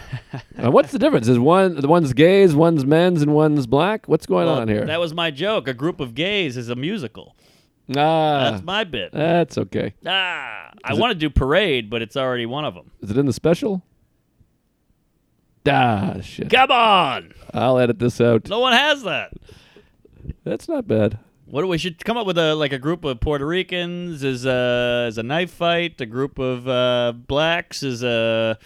S3: Now, what's the difference? Is one the one's gays, one's men's, and one's black? What's going
S2: Well,
S3: on here?
S2: That was my joke. A group of gays is a musical.
S3: ah,
S2: That's my bit.
S3: that's okay.
S2: Ah, I want to do parade, but it's already one of them.
S3: Is it in the special? Ah, shit.
S2: Come on,
S3: I'll edit this out.
S2: no one has that.
S3: That's not bad.
S2: What do we should come up with a like a group of Puerto Ricans is a is a knife fight. A group of uh, blacks is a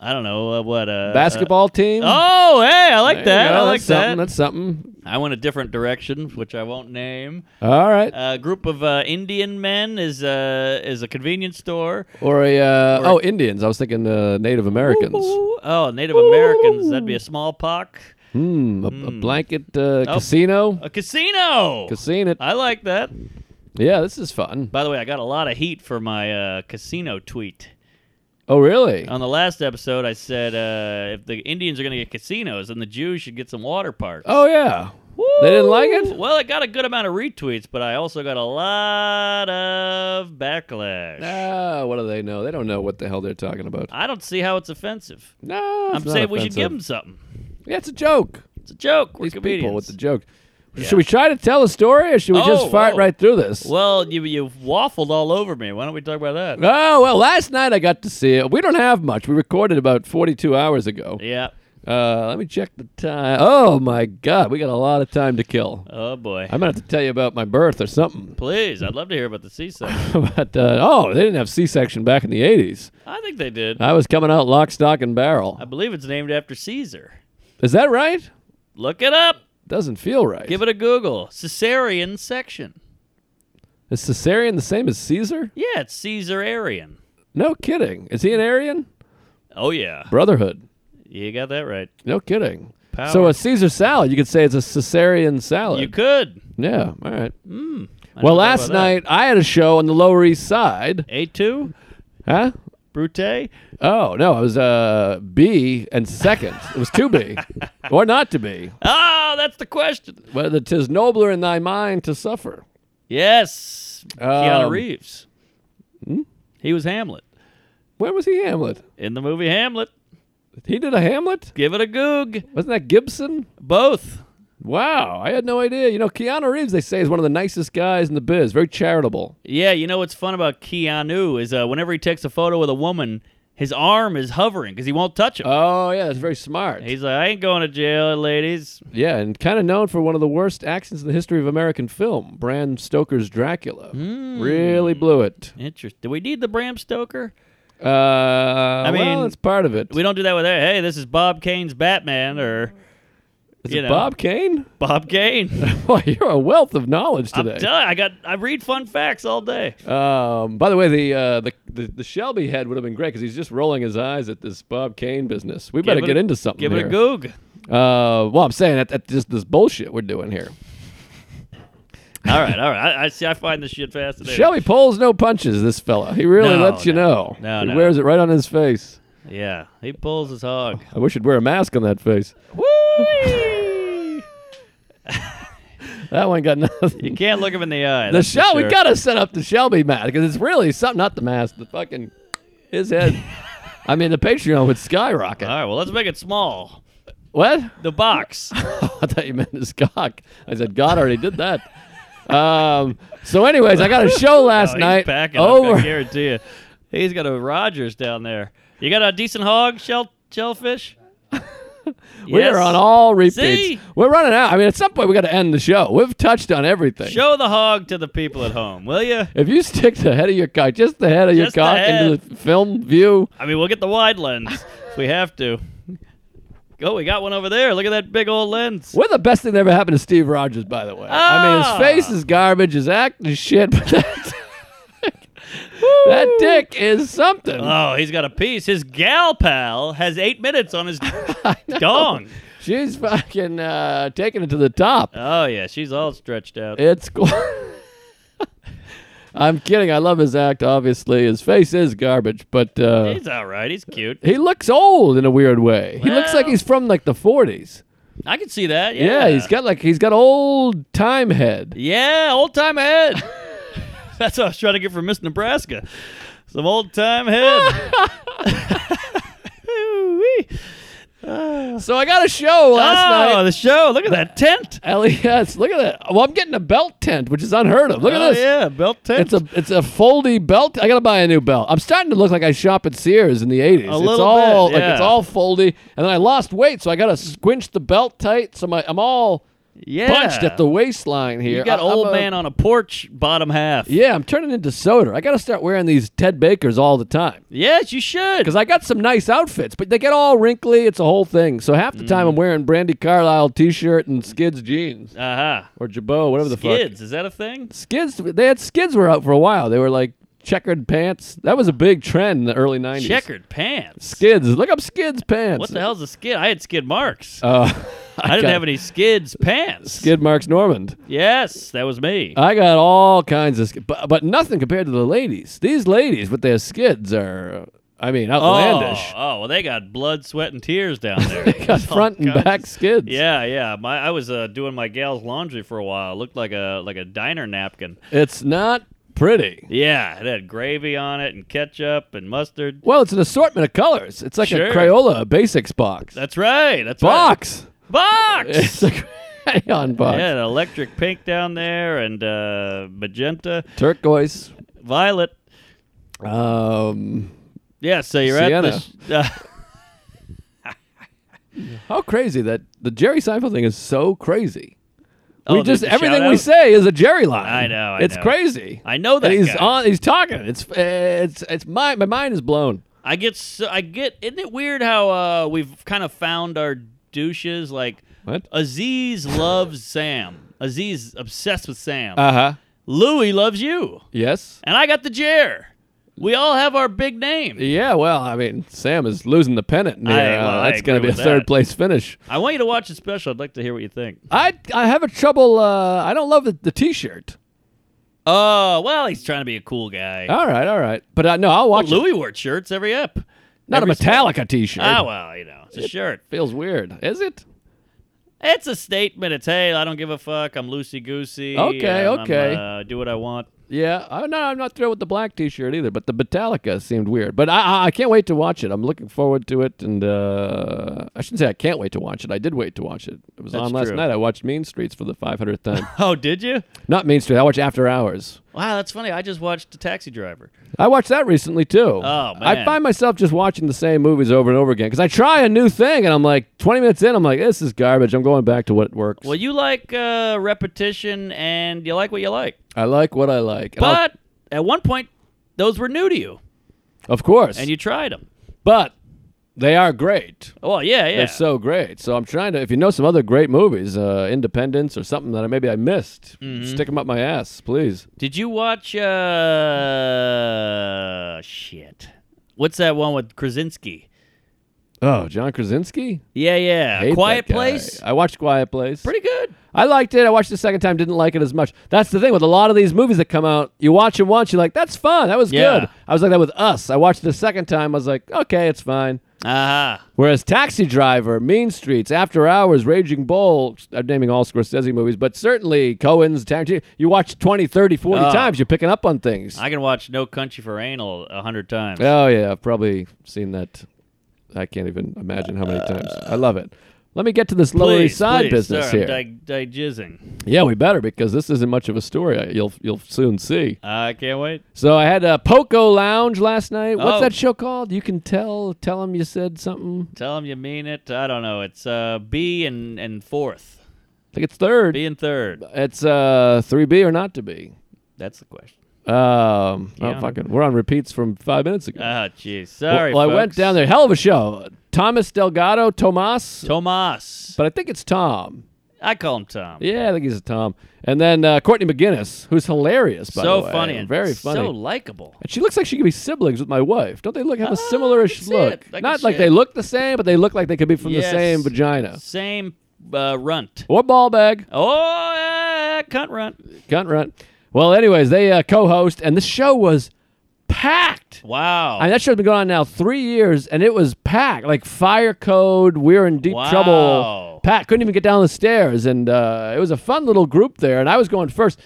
S2: I don't know uh, what uh,
S3: Basketball team.
S2: uh, oh, hey, I
S3: There you
S2: like that.
S3: go.
S2: I like
S3: that's
S2: that.
S3: Something, that's something.
S2: I went a different direction, which I won't name.
S3: All right.
S2: A group of uh, Indian men is a is a convenience store.
S3: or a uh, oh Indians. I was thinking uh, Native Americans.
S2: Ooh, Oh, Native Americans. That'd be a smallpox.
S3: Hmm. A, a blanket
S2: Oh.
S3: uh, casino.
S2: A casino.
S3: Casino.
S2: I like that.
S3: Yeah, this is fun.
S2: By the way, I got a lot of heat for my uh, casino tweet.
S3: Oh really?
S2: On the last episode, I said uh, if the Indians are going to get casinos, then the Jews should get some water parks.
S3: Oh yeah. They didn't like it.
S2: Well, it got a good amount of retweets, but I also got a lot of backlash.
S3: Ah, what do they know? They don't know what the hell they're talking about.
S2: I don't see how it's offensive.
S3: No,
S2: I'm saying we should give them something.
S3: Yeah, it's a joke.
S2: It's a joke. We're
S3: These
S2: comedians.
S3: people with the joke. Should we try to tell a story, or should we
S2: Oh,
S3: just fart
S2: whoa.
S3: right through this?
S2: well, you you waffled all over me. Why don't we talk about that?
S3: Oh well, last night I got to see it. We don't have much. We recorded about 42 hours ago.
S2: Yeah.
S3: Uh, let me check the time. Oh my God, we got a lot of time to kill.
S2: Oh boy.
S3: I'm gonna have to tell you about my birth or something.
S2: Please, I'd love to hear about the C-section.
S3: but uh, oh, they didn't have C-section back in the 80s.
S2: I think they did.
S3: I was coming out lock, stock, and barrel.
S2: I believe it's named after Caesar.
S3: Is that right?
S2: Look it up.
S3: Doesn't feel right.
S2: Give it a Google. Caesarean section.
S3: Is Caesarian the same as Caesar?
S2: Yeah, it's Caesarian.
S3: No kidding. Is he an Aryan?
S2: Oh yeah,
S3: Brotherhood.
S2: you got that right.
S3: No kidding.
S2: Power.
S3: So a Caesar salad, you could say it's a Caesarian salad.
S2: You could.
S3: yeah. All right.
S2: I
S3: Well,
S2: didn't know
S3: last
S2: about that.
S3: night I had a show on the Lower East Side.
S2: A two
S3: Huh?
S2: Brute.
S3: Oh no, it was uh B and second. it was to be or not to be.
S2: Ah, that's the question.
S3: Whether 'tis nobler in thy mind to suffer.
S2: Yes, Keanu
S3: Um,
S2: Reeves. He was Hamlet
S3: Where was he, Hamlet?
S2: in the movie Hamlet.
S3: He did a Hamlet?
S2: Give it a goog.
S3: Wasn't that Gibson?
S2: Both.
S3: Wow, I had no idea. You know, Keanu Reeves, they say, is one of the nicest guys in the biz. Very charitable.
S2: Yeah, you know what's fun about Keanu is uh, whenever he takes a photo with a woman, his arm is hovering because he won't touch him.
S3: Oh yeah, that's very smart.
S2: He's like, I ain't going to jail, ladies.
S3: yeah, and kind of known for one of the worst actions in the history of American film, Bram Stoker's Dracula.
S2: Hmm.
S3: Really blew it.
S2: Interesting. Do we need the Bram Stoker?
S3: Uh, I
S2: mean,
S3: well, that's part of it.
S2: We don't do that with that. Hey, this is Bob Kane's Batman or
S3: Is
S2: you
S3: it
S2: know.
S3: Bob Kane?
S2: Bob Kane.
S3: Boy, you're a wealth of knowledge
S2: I'm
S3: today.
S2: telling you, I got I read fun facts all day.
S3: Um, by the way, the, uh, the the the Shelby head would have been great because he's just rolling his eyes at this Bob Kane business. We better
S2: it
S3: get
S2: a-
S3: into something.
S2: Give it
S3: here.
S2: a goog.
S3: Uh, well, I'm saying that, that just this bullshit we're doing here.
S2: All right, all right. I, I see. I find this shit fascinating.
S3: Shelby pulls no punches. This fella, he really
S2: No,
S3: lets you
S2: no.
S3: know.
S2: No,
S3: he
S2: no.
S3: wears it right on his face.
S2: Yeah, he pulls his hog.
S3: I wish he'd wear a mask on that face.
S2: Woo!
S3: That one got nothing.
S2: you can't look him in the eye.
S3: the
S2: that's for
S3: Shelby we
S2: sure.
S3: gotta set up the Shelby mask because it's really something. Not the mask, the fucking his head. I mean, the Patreon would skyrocket.
S2: All right, well, let's make it small.
S3: what?
S2: The box.
S3: I thought you meant his cock. I said, God already did that. Um, so, anyways, I got a show
S2: Oh,
S3: last
S2: he's
S3: night.
S2: packing up, I
S3: over.
S2: guarantee you. He's got a Rogers down there. You got a decent hog, shell shellfish.
S3: We
S2: Yes.
S3: are on all repeats.
S2: See?
S3: We're running out. I mean, at some point, we got to end the show. We've touched on everything.
S2: Show the hog to the people at home, will you?
S3: If you stick the head of your cock, just the head of
S2: Just the
S3: your cock into
S2: head.
S3: the film view,
S2: I mean, we'll get the wide lens if we have to. Oh, we got one over there. Look at that big old lens.
S3: we're the best thing that ever happened to Steve Rogers, by the way.
S2: Ah.
S3: I mean, his face is garbage, his act is shit, but that, that dick is something.
S2: Oh, he's got a piece. His gal pal has eight minutes on his dong.
S3: She's fucking uh, taking it to the top.
S2: Oh yeah, she's all stretched out.
S3: It's cool. I'm kidding. I love his act. Obviously, his face is garbage, but uh,
S2: He's all right. He's cute.
S3: he looks old in a weird way. he looks like
S2: Well-
S3: he's from like the 40s.
S2: I can see that.
S3: Yeah,
S2: Yeah,
S3: he's got like he's got old time head.
S2: Yeah, old time head. That's what I was trying to get from Miss Nebraska. Some old time head. Ooh-wee.
S3: So I got a show last
S2: oh,
S3: night.
S2: the show. Look at that tent.
S3: LES, E look at that. Well, I'm getting a belt tent, which is unheard of. Look
S2: oh,
S3: at this.
S2: yeah, belt tent.
S3: It's a it's a foldy belt. I gotta buy a new belt. I'm starting to look like I shop at Sears in the '80s.
S2: A
S3: it's
S2: little
S3: all
S2: bit,
S3: like it's
S2: yeah.
S3: all foldy, and then I lost weight, so I gotta squinch the belt tight. So my I'm all
S2: yeah.
S3: bunched at the waistline here.
S2: You got
S3: I- I'm
S2: old
S3: a-
S2: man on a porch bottom half.
S3: Yeah, I'm turning into soda. I gotta start wearing these Ted Bakers all the time.
S2: Yes, you should.
S3: Because I got some nice outfits, but they get all wrinkly. It's a whole thing. So half the
S2: Mm.
S3: time I'm wearing Brandy Carlisle t-shirt and Skids jeans
S2: Uh huh.
S3: or Jabot, whatever the fuck.
S2: Kids, is that a thing?
S3: Skids. They had Skids were out for a while. They were like checkered pants. That was a big trend in the early '90s.
S2: Checkered pants.
S3: Skids. Look up Skids pants.
S2: What the hell's a skid? I had skid marks.
S3: Uh,
S2: I didn't
S3: got-
S2: have any skids pants.
S3: Skid Uh, marks Normand.
S2: Yes, that was me.
S3: I got all kinds of, sk- but, but nothing compared to the ladies. These ladies with their skids are, I mean, outlandish.
S2: Oh, oh, well, they got blood, sweat, and tears down there.
S3: They got front and
S2: kinds.
S3: back skids.
S2: Oh. yeah, yeah. My, I was uh, doing my gal's laundry for a while. Looked like a like a diner napkin.
S3: It's not pretty.
S2: Yeah, it had gravy on it and ketchup and mustard.
S3: Well, it's an assortment of colors. It's like
S2: Sure.
S3: a Crayola basics box.
S2: That's right. That's
S3: box.
S2: right. Box.
S3: It's a crayon box.
S2: Yeah, an electric pink down there and uh, magenta,
S3: Turquoise.
S2: violet.
S3: Um,
S2: Yeah, so you're at the. Sh- uh,
S3: how crazy that the Jerry Seinfeld thing is so crazy.
S2: oh,
S3: we just
S2: the- the
S3: everything
S2: shout-out?
S3: we say is a Jerry line.
S2: I know, I
S3: it's
S2: know.
S3: crazy.
S2: I know that
S3: And he's
S2: guy.
S3: on. He's talking. It's it's it's my my mind is blown.
S2: I get so I get. Isn't it weird how uh, we've kind of found our douches? Like
S3: What?
S2: Aziz loves Sam. Aziz is obsessed with Sam.
S3: Uh huh.
S2: Louis loves you,
S3: Yes.
S2: and I got the Jer. We all have our big name.
S3: Yeah. Well, I mean, Sam is losing the pennant. Here.
S2: I- well,
S3: Uh,
S2: I
S3: that's gonna
S2: agree
S3: be a
S2: with
S3: third
S2: that.
S3: place finish.
S2: I want you to watch the special. I'd like to hear what you think.
S3: I I have a trouble. Uh, I don't love the, the T-shirt. Uh,
S2: Oh well, he's trying to be a cool guy.
S3: All right, all right. But uh, no, I'll watch. it.
S2: Louis wore shirts every ep.
S3: Not a
S2: every
S3: Metallica T-shirt.
S2: Ah well, you know, it's a shirt.
S3: Feels weird, is it?
S2: It's a statement. It's hey, I don't give a fuck. I'm loosey goosey.
S3: Okay, okay.
S2: uh, do what I want.
S3: Yeah, I'm not, I'm not thrilled with the black T-shirt either, but the Metallica seemed weird. But I, I, I can't wait to watch it. I'm looking forward to it, and uh, I shouldn't say I can't wait to watch it. I did wait to watch it. It was
S2: That's
S3: on last
S2: true.
S3: night. I watched Mean Streets for the 500th time.
S2: Oh, did you?
S3: not Mean Street. I watched After Hours.
S2: Wow, that's funny. I just watched The Taxi Driver.
S3: I watched that recently too.
S2: Oh, man.
S3: I find myself just watching the same movies over and over again because I try a new thing, and I'm like 20 minutes in, I'm like, this is garbage. I'm going back to what works.
S2: Well, you like uh, repetition and you like what you like.
S3: I like what I like, and I'll-
S2: But at one point, those were new to you
S3: of course,
S2: and you tried them.
S3: but they are great.
S2: Well, yeah, yeah.
S3: They're so great. So I'm trying to. If you know some other great movies, uh, Independence or something that I, maybe I missed,
S2: Mm-hmm.
S3: stick them up my ass, please.
S2: Did you watch uh shit? What's that one with Krasinski?
S3: Oh, John Krasinski.
S2: Yeah, yeah.
S3: Hate
S2: Quiet
S3: that guy.
S2: Place.
S3: I watched Quiet Place.
S2: Pretty good.
S3: I liked it. I watched it the second time. Didn't like it as much. That's the thing with a lot of these movies that come out. You watch them once, you're like, "That's fun. That was
S2: Yeah.
S3: good." I was like that with Us. I watched it the second time. I was like, "Okay, it's fine."
S2: Aha.
S3: Whereas Taxi Driver, Mean Streets, After Hours, Raging Bull, I'm naming all Scorsese movies, but certainly Cohen's, Tarantino, you watch 20, 30, 40
S2: Oh.
S3: times, you're picking up on things.
S2: I can watch No Country for Anal a hundred times.
S3: oh, yeah, I've probably seen that. I can't even imagine how many times. I love it. Let me get to this Lower
S2: please,
S3: East Side
S2: please.
S3: business
S2: Sorry,
S3: here.
S2: I'm dig- digizzing.
S3: yeah, we better because this isn't much of a story. I- You'll you'll soon see.
S2: I can't wait.
S3: So I had a Poco Lounge last night. What's
S2: Oh.
S3: that show called? You can tell tell them you said something.
S2: Tell them you mean it. I don't know. It's uh B and and fourth.
S3: I think it's third.
S2: B and third.
S3: It's uh 3B or not to be.
S2: That's the question.
S3: Um,
S2: Yeah.
S3: oh fucking, we're on repeats from five minutes ago.
S2: Oh, jeez.
S3: Well-
S2: Sorry.
S3: well, I went
S2: folks.
S3: down there. Hell of a show. Thomas Delgado, Tomas,
S2: Tomas.
S3: but I think it's Tom.
S2: I call him Tom.
S3: Yeah, I think he's a Tom. And then uh, Courtney McGinnis, who's hilarious. By
S2: so
S3: the way,
S2: funny and
S3: very funny.
S2: So likable.
S3: and she looks like she could be siblings with my wife. Don't they look have a
S2: Ah, I
S3: similarish
S2: can see it.
S3: look?
S2: I can
S3: Not
S2: see
S3: like they
S2: it.
S3: look the same, but they look like they could be from
S2: Yes.
S3: the same vagina
S2: Same uh, runt.
S3: or ball bag.
S2: Oh, uh, cunt runt.
S3: Cunt runt. Well, anyways, they uh, co-host, and the show was packed.
S2: Wow.
S3: And that show's been going on now three years, and it was packed. Like fire code, we're in deep trouble.
S2: Wow.
S3: Pat couldn't even get down the stairs, and uh, it was a fun little group there. And I was going first.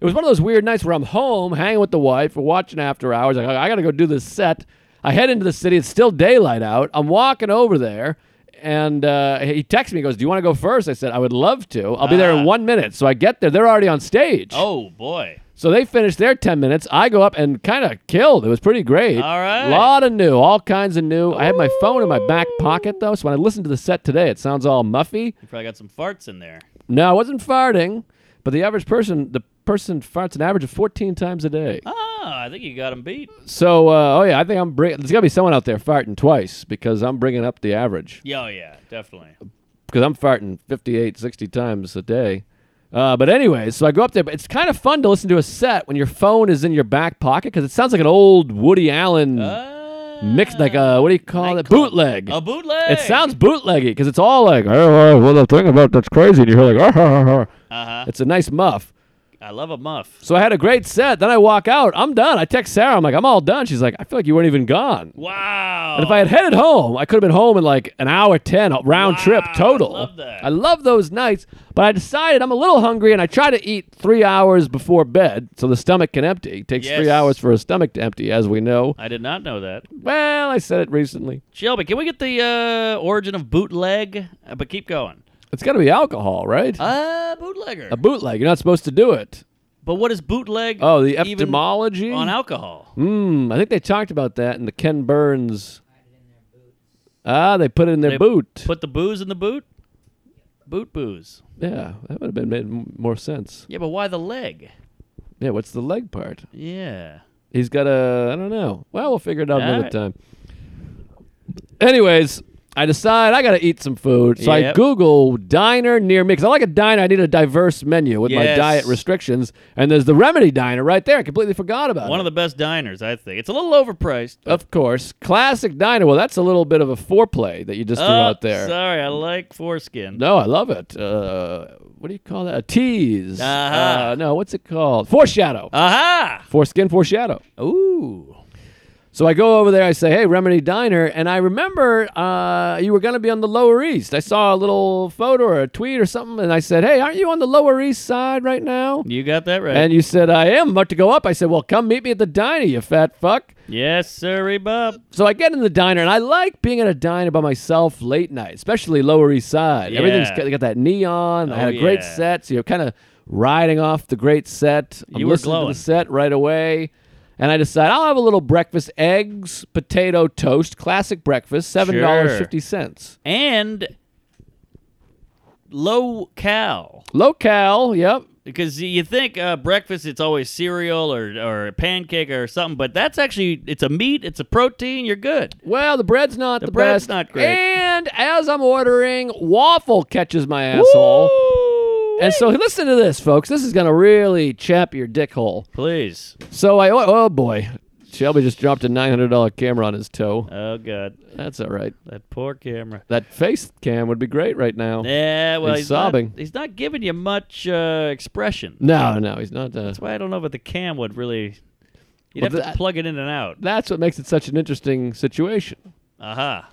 S3: It was one of those weird nights where I'm home, hanging with the wife, we're watching After Hours. Like, I got to go do this set. I head into the city. It's still daylight out. I'm walking over there, and uh, he texts me. He goes, "Do you want to go first? I said, "I would love to. I'll be there in
S2: Ah.
S3: one minute." So I get there. They're already on stage.
S2: oh boy.
S3: So they finished their 10 minutes. I go up and kind of killed. It was pretty great.
S2: All right.
S3: lot of new, all kinds of new. I had my phone in my back pocket, though, so when I listened to the set today, it sounds all muffy.
S2: You probably got some farts in there.
S3: No, I wasn't farting, but the average person, the person farts an average of 14 times a day.
S2: Ah, I think you got him beat.
S3: So, uh, oh, yeah, I think I'm bringing, there's got to be someone out there farting twice because I'm bringing up the average
S2: Yeah, oh, yeah, definitely.
S3: because I'm farting 58, 60 times a day. Uh, but anyway, so I go up there. But it's kind of fun to listen to a set when your phone is in your back pocket because it sounds like an old Woody Allen
S2: Ah,
S3: mixed like a what do you call it
S2: nightclub.
S3: bootleg
S2: a bootleg.
S3: it sounds bootleggy because it's all like oh, oh, well the thing about that's crazy and you hear like oh, oh, oh, oh.
S2: Uh huh.
S3: it's a nice muff
S2: I love a muff.
S3: so i had a great set then i walk out i'm done i text sarah i'm like i'm all done she's like i feel like you weren't even gone
S2: Wow.
S3: and if i had headed home i could have been home in like an hour 10 a round
S2: Wow,
S3: trip
S2: I
S3: total
S2: love that.
S3: I love those nights but i decided i'm a little hungry and i try to eat three hours before bed so the stomach can empty it takes three
S2: Yes.
S3: hours for a stomach to empty as we know
S2: I did not know that.
S3: well i said it recently
S2: Shelby, can we get the uh, origin of bootleg? Uh, but keep going.
S3: it's got to be alcohol right
S2: Uh, bootlegger.
S3: A bootleg. You're not supposed to do it.
S2: but what is bootleg?
S3: Oh, the
S2: even
S3: etymology.
S2: on alcohol.
S3: Hmm. I think they talked about that in the Ken Burns. Ah, they put it in their
S2: They
S3: boot.
S2: Put the booze in the boot. Boot booze.
S3: yeah, that would have been made m- more sense.
S2: Yeah, but why the leg?
S3: Yeah, what's the leg part?
S2: Yeah.
S3: He's got a. I don't know. Well, we'll figure it out another
S2: Alright.
S3: time. Anyways, I decide I got to eat some food, so I
S2: Yep.
S3: Google diner near me because I like a diner. I need a diverse menu with my
S2: Yes.
S3: diet restrictions, and there's the Remedy Diner right there. I completely forgot about
S2: One
S3: it.
S2: of the best diners, I think. It's a little overpriced.
S3: Of course, classic diner. Well, that's a little bit of a foreplay that you just threw
S2: Oh,
S3: out there.
S2: Sorry, I like foreskin.
S3: No, I love it. Uh, what do you call that? A tease.
S2: Uh-huh.
S3: Uh, no, what's it called? Foreshadow.
S2: Aha!
S3: Foreskin foreshadow.
S2: Ooh.
S3: So I go over there. I say, "Hey, Remedy Diner," and I remember uh, you were going to be on the Lower East. I saw a little photo or a tweet or something, and I said, "Hey, aren't you on the Lower East Side right now?"
S2: You got that right.
S3: And you said, "I am about to go up." I said, "Well, come meet me at the diner, you fat fuck."
S2: yes, sir, Bob.
S3: So I get in the diner, and I like being at a diner by myself late night, especially Lower East Side.
S2: Yeah.
S3: Everything's got, got that neon. I
S2: Oh,
S3: had a great
S2: yeah.
S3: set, so you're kind of riding off the great set. I'm
S2: You were
S3: listening to
S2: glowing.
S3: the set right away, and I decide I'll have a little breakfast: eggs, potato toast, classic breakfast, seven dollars fifty cents.
S2: And low cal.
S3: Locale, yep.
S2: Because you think uh, breakfast, it's always cereal or, or pancake or something, but that's actually, it's a meat, it's a protein, you're good.
S3: Well, the bread's not the,
S2: The bread's
S3: best.
S2: not great.
S3: And as I'm ordering, waffle catches my asshole. And so listen to this, folks. This is gonna really chap your dick hole.
S2: Please.
S3: So I oh, oh boy, Shelby just dropped a nine hundred dollar camera on his toe.
S2: Oh, God.
S3: That's all right.
S2: That poor camera.
S3: That face cam would be great right now.
S2: Yeah, well,
S3: He's
S2: he's, not-
S3: sobbing.
S2: he's not giving you much uh, expression.
S3: No, no, he's not. Uh,
S2: That's why I don't know if the cam would really. You'd
S3: Well,
S2: have
S3: that-
S2: to plug it in and out. Uh-huh.
S3: that's what makes it such an interesting situation.
S2: Aha.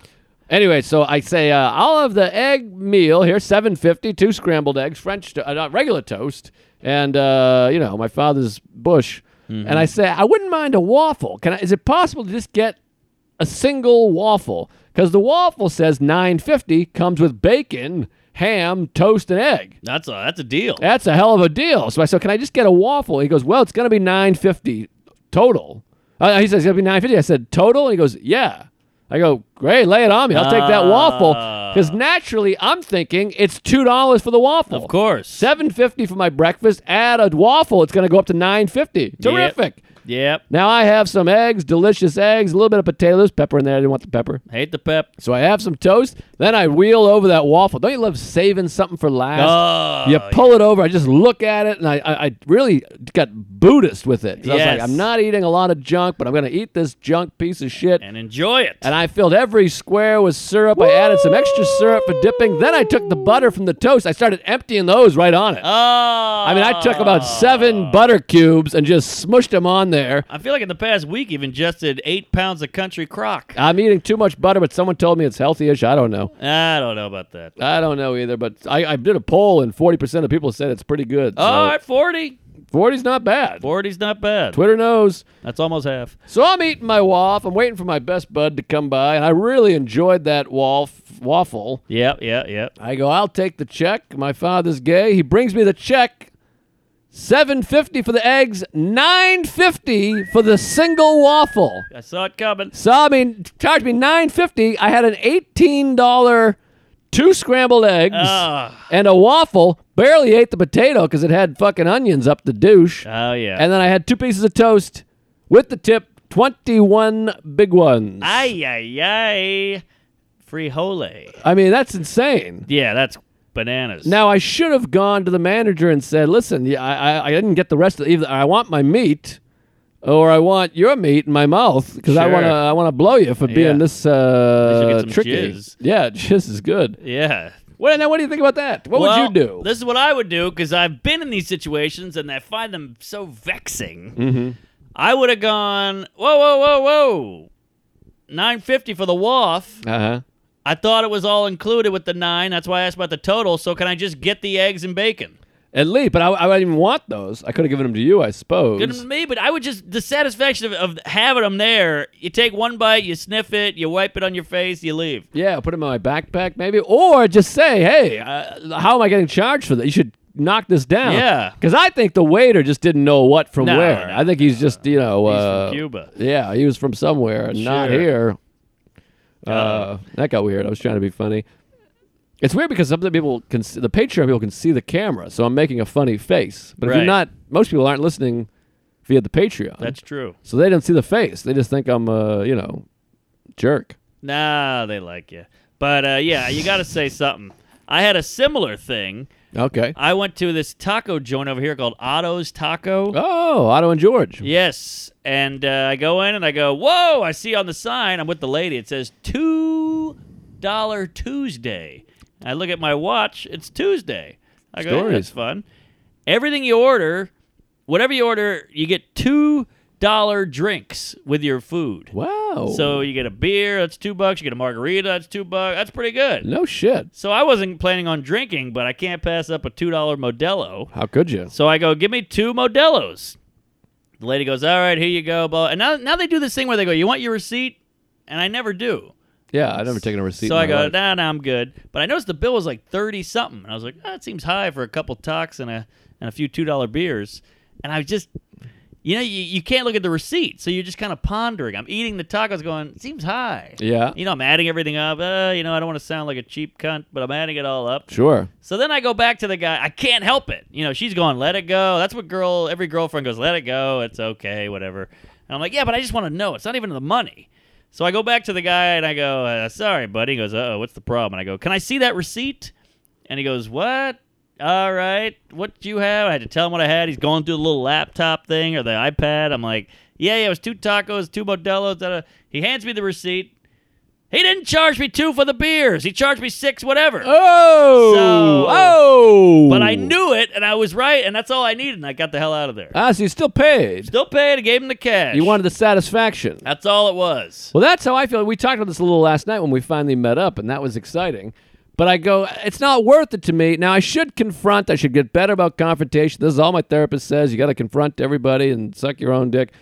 S3: Anyway, so I say uh, I'll have the egg meal here, seven fifty, two scrambled eggs, French, to- uh, not regular toast, and uh, you know my father's bush. And I say I wouldn't mind a waffle. Can I, is it possible to just get a single waffle? Because the waffle says nine fifty comes with bacon, ham, toast, and egg.
S2: That's a that's a deal.
S3: That's a hell of a deal. So I said, can I just get a waffle? He goes, well, it's gonna be nine fifty total. Uh, he says it's gonna be nine fifty. I said total. He goes, yeah. I go, great, lay it on me. I'll take that waffle
S2: Ah.
S3: because naturally I'm thinking it's two dollars for the waffle.
S2: Of course.
S3: seven fifty for my breakfast. Add a waffle, it's gonna go up to nine fifty. Terrific.
S2: Yep.
S3: Now I have some eggs, delicious eggs, a little bit of potatoes, pepper in there. I didn't want the pepper.
S2: Hate the pep.
S3: So I have some toast. Then I wheel over that waffle. Don't you love saving something for last?
S2: Oh.
S3: you pull it over. I just look at it, and I, I, I really got Buddhist with it. 'Cause I was
S2: Yes.
S3: like, I'm not eating a lot of junk, but I'm going to eat this junk piece of shit.
S2: And enjoy it.
S3: And I filled every square with syrup. I added some extra syrup for dipping. Then I took the butter from the toast. I started emptying those right on it.
S2: oh.
S3: I
S2: I
S3: mean, I took about
S2: Ah.
S3: seven butter cubes and just smushed them on there.
S2: I feel like in the past week you've ingested eight pounds of country crock.
S3: I'm eating too much butter, but someone told me it's healthy-ish. I don't know.
S2: I don't know about that.
S3: I don't know either, but I, I did a poll, and 40% of people said it's pretty good. So
S2: All right, 40.
S3: 40's not bad.
S2: 40's not bad.
S3: Twitter knows.
S2: That's almost half.
S3: So I'm eating my waffle. I'm waiting for my best bud to come by, and I really enjoyed that waff- waffle.
S2: Yep, yeah, yeah.
S3: I go, I'll take the check. My father's gay. He brings me the check. Seven fifty for the eggs, nine fifty for the single waffle.
S2: I saw it coming.
S3: So I mean, charged me nine fifty. I had an eighteen dollar two scrambled eggs
S2: Ah.
S3: and a waffle. Barely ate the potato because it had fucking onions up the douche.
S2: Oh, yeah.
S3: And then I had two pieces of toast with the tip, 21 big ones.
S2: Ay, ay, ay. Frijole.
S3: I mean, that's insane.
S2: Yeah, that's bananas.
S3: Now, I should have gone to the manager and said, listen, yeah, I, I, I didn't get the rest of it either. I want my meat. Or I want your meat in my mouth because I
S2: Sure.
S3: want to. I want to blow you for being
S2: Yeah.
S3: this uh,
S2: You should get some
S3: tricky.
S2: jizz.
S3: Yeah, jizz is good.
S2: Yeah.
S3: Well, now what do you think about that? What
S2: well,
S3: would you do?
S2: This is what I would do because I've been in these situations and I find them so vexing.
S3: Mm-hmm.
S2: I would have gone, whoa, whoa, whoa, whoa. 950 for the waff.
S3: Uh huh.
S2: I thought it was all included with the nine. That's why I asked about the total. So can I just get the eggs and bacon?
S3: At least, but I, I didn't even want those. I could have given them to you, I suppose.
S2: Good to me, but I would just the satisfaction of, of having them there. You take one bite, you sniff it, you wipe it on your face, you leave.
S3: Yeah, put them in my backpack maybe, or just say, "Hey, uh, how am I getting charged for that? You should knock this down."
S2: Yeah.
S3: because I think the waiter just didn't know what from
S2: No,
S3: where.
S2: no,
S3: I think he's just you know
S2: He's
S3: uh,
S2: from Cuba.
S3: Yeah, he was from somewhere, and not
S2: Sure.
S3: here. Uh, that got weird. I was trying to be funny. It's weird because some of the people can see, the Patreon people can see the camera, so I'm making a funny face. But if you're
S2: Right.
S3: not, most people aren't listening via the Patreon,
S2: That's true.
S3: so they don't see the face. They just think I'm a you know jerk.
S2: Nah, they like you. But uh, yeah, you got to say something. I had a similar thing.
S3: Okay.
S2: I went to this taco joint over here called Otto's Taco.
S3: Oh, Otto and George.
S2: Yes. And uh, I go in and I go, whoa, I see on the sign, I'm with the lady, it says $2 Tuesday. I look at my watch, it's Tuesday. I go, "Hey,
S3: Stories.
S2: that's fun. Everything you order, whatever you order, you get two dollar drinks with your food.
S3: Wow.
S2: So you get a beer, that's two bucks. You get a margarita, that's two bucks. That's pretty good.
S3: no shit.
S2: So I wasn't planning on drinking, but I can't pass up a two dollar Modelo.
S3: How could you?
S2: So I go, give me two Modelos. The lady goes, all right, here you go. Blah. And now, now they do this thing where they go, you want your receipt? And I never do.
S3: Yeah, I've never taken a receipt.
S2: So
S3: in
S2: I
S3: my
S2: go,
S3: life.
S2: nah, nah, I'm good. But I noticed the bill was like thirty something, and I was like, ah, that seems high for a couple tocks and a and a few two dollar beers. And I was just, you know, you, you can't look at the receipt, so you're just kind of pondering. I'm eating the tacos, going, it seems high.
S3: Yeah.
S2: You know, I'm adding everything up. Uh, you know, I don't want to sound like a cheap cunt, but I'm adding it all up.
S3: Sure.
S2: So then I go back to the guy. I can't help it. You know, she's going, "Let it go." That's what girl every girlfriend goes, "Let it go. It's okay, whatever." And I'm like, "Yeah, but I just want to know. It's not even the money." So I go back to the guy and I go, uh, "Sorry, buddy." He goes, "Oh, what's the problem?" And I go, "Can I see that receipt?" And he goes, "What? All right, what do you have?" I had to tell him what I had. He's going through the little laptop thing or the iPad. I'm like, "Yeah, yeah, it was two tacos, two Modelo's." Da-da. He hands me the receipt. He didn't charge me two for the beers. He charged me six, whatever.
S3: Oh.
S2: So-
S3: oh.
S2: But I knew it, and I was right, and that's all I needed, and I got the hell out of there.
S3: Ah, so you still paid.
S2: Still paid. I gave him the cash.
S3: You wanted the satisfaction.
S2: That's all it was.
S3: Well, that's how I feel. We talked about this a little last night when we finally met up, and that was exciting. But I go, it's not worth it to me. Now, I should confront. I should get better about confrontation. This is all my therapist says. You got to confront everybody and suck your own dick.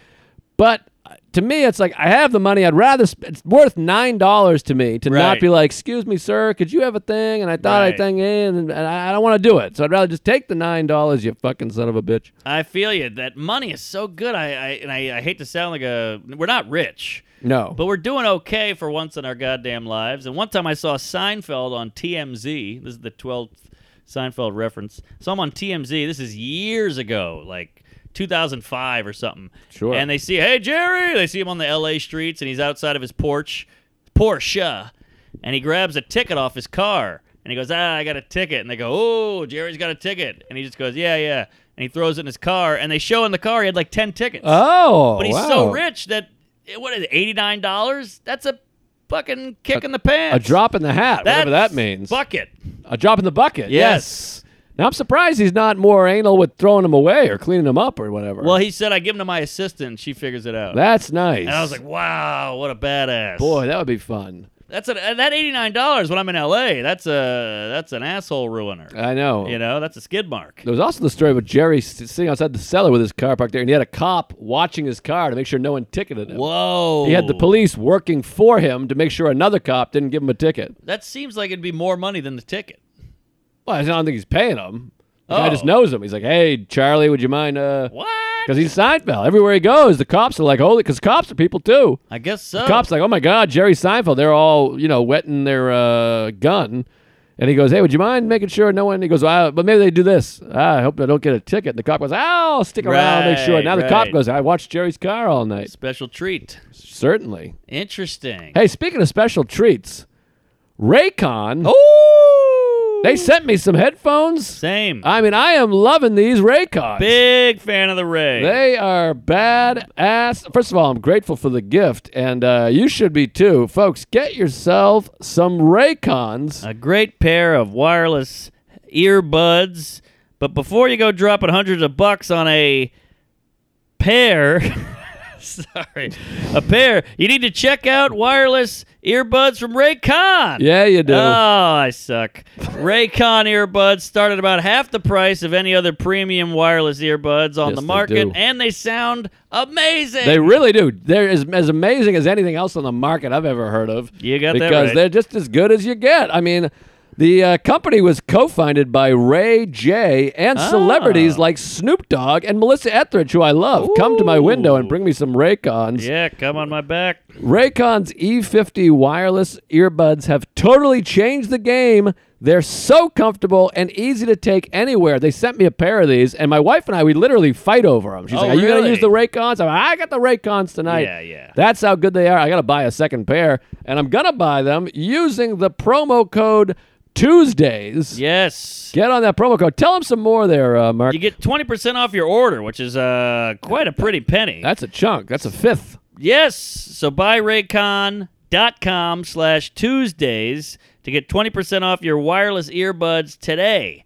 S3: But uh, to me, it's like, I have the money. I'd rather, sp- it's worth $9 to me to not
S2: Right.
S3: be like, excuse me, sir, could you have a thing? And I thought I
S2: Right.
S3: thing in, and and I I don't want to do it. So I'd rather just take the $9, you fucking son of a bitch.
S2: I feel you. That money is so good. I, I and I, I hate to sound like a. We're not rich,
S3: No.
S2: but we're doing okay for once in our goddamn lives. And one time I saw Seinfeld on TMZ. This is the twelfth Seinfeld reference. So I'm on TMZ. This is years ago, like 2005 or something.
S3: Sure.
S2: And they see, hey Jerry. They see him on the LA streets, and he's outside of his porch, Porsche, and he grabs a ticket off his car, and he goes, ah, I got a ticket, and they go, oh, Jerry's got a ticket, and he just goes, yeah, yeah, and he throws it in his car, and they show in the car he had like ten tickets,
S3: oh.
S2: but he's
S3: wow.
S2: so rich that eh, what is it, eighty nine dollars? That's a fucking kick in the pants.
S3: A drop in the hat,
S2: That's
S3: whatever that means.
S2: Bucket.
S3: A drop in the bucket.
S2: Yes.
S3: Now I'm surprised he's not more anal with throwing them away or cleaning them up or whatever.
S2: Well, he said I give him to my assistant, and she figures it out.
S3: that's nice.
S2: and I was like, wow, what a badass.
S3: boy, that would be fun.
S2: That's a, that eighty nine dollars when I'm in L.A. That's a that's an asshole ruiner.
S3: I know.
S2: You know, that's a skid mark.
S3: There was also the story with Jerry s- sitting outside the cellar with his car parked there, and he had a cop watching his car to make sure no one ticketed him.
S2: Whoa!
S3: He had the police working for him to make sure another cop didn't give him a ticket.
S2: That seems like it'd be more money than the ticket.
S3: Well, I don't think he's paying him. The guy
S2: Oh.
S3: just knows him. He's like, "Hey, Charlie, would you mind?" uh
S2: What?
S3: 'cause he's Seinfeld. Everywhere he goes, the cops are like, "Holy!" Because cops are people too.
S2: I guess so.
S3: cops like, oh my god, Jerry Seinfeld. They're all you know wetting their uh, gun, and he goes, hey, would you mind making sure no one? He goes, well, but maybe they do this. Ah, I hope I don't get a ticket. And the cop goes, I'll stick around, make sure.
S2: Right,
S3: Now the cop
S2: right.
S3: goes, I watched Jerry's car all night.
S2: Special treat.
S3: Certainly.
S2: Interesting.
S3: Hey, speaking of special treats, Raycon.
S2: Oh.
S3: They sent me some headphones.
S2: Same.
S3: I mean, I am loving these Raycons.
S2: Big fan of the Ray.
S3: They are bad ass. First of all, I'm grateful for the gift, and uh, you should be too, folks. Get yourself some Raycons.
S2: a great pair of wireless earbuds. But before you go dropping hundreds of bucks on a pair, sorry, a pair, you need to check out wireless earbuds from Raycon.
S3: yeah, you do.
S2: Oh, I suck. Raycon earbuds start at about half the price of any other premium wireless earbuds on
S3: Yes,
S2: the
S3: they
S2: market,
S3: do.
S2: and they sound amazing.
S3: they really do. They're as, as amazing as anything else on the market I've ever heard of.
S2: You got that
S3: because
S2: right.
S3: they're just as good as you get. I mean, the uh, company was co-founded by Ray J and
S2: Ah.
S3: celebrities like Snoop Dogg and Melissa Etheridge, who I love. Come to my window and bring me some Raycons.
S2: yeah, come on my back.
S3: Raycon's E50 wireless earbuds have totally changed the game. They're so comfortable and easy to take anywhere. They sent me a pair of these, and my wife and I, we literally fight over them. She's
S2: Oh,
S3: like, Are you going to
S2: really?
S3: use the Raycons? I'm like, I got the Raycons tonight.
S2: Yeah, yeah.
S3: That's how good they are. I got to buy a second pair, and I'm going to buy them using the promo code Tuesdays.
S2: Yes.
S3: Get on that promo code. Tell them some more there, uh, Mark.
S2: You get 20% off your order, which is uh, quite a pretty penny.
S3: That's a chunk. That's a fifth.
S2: yes. So buy raycon.com slash Tuesdays to get 20% off your wireless earbuds today.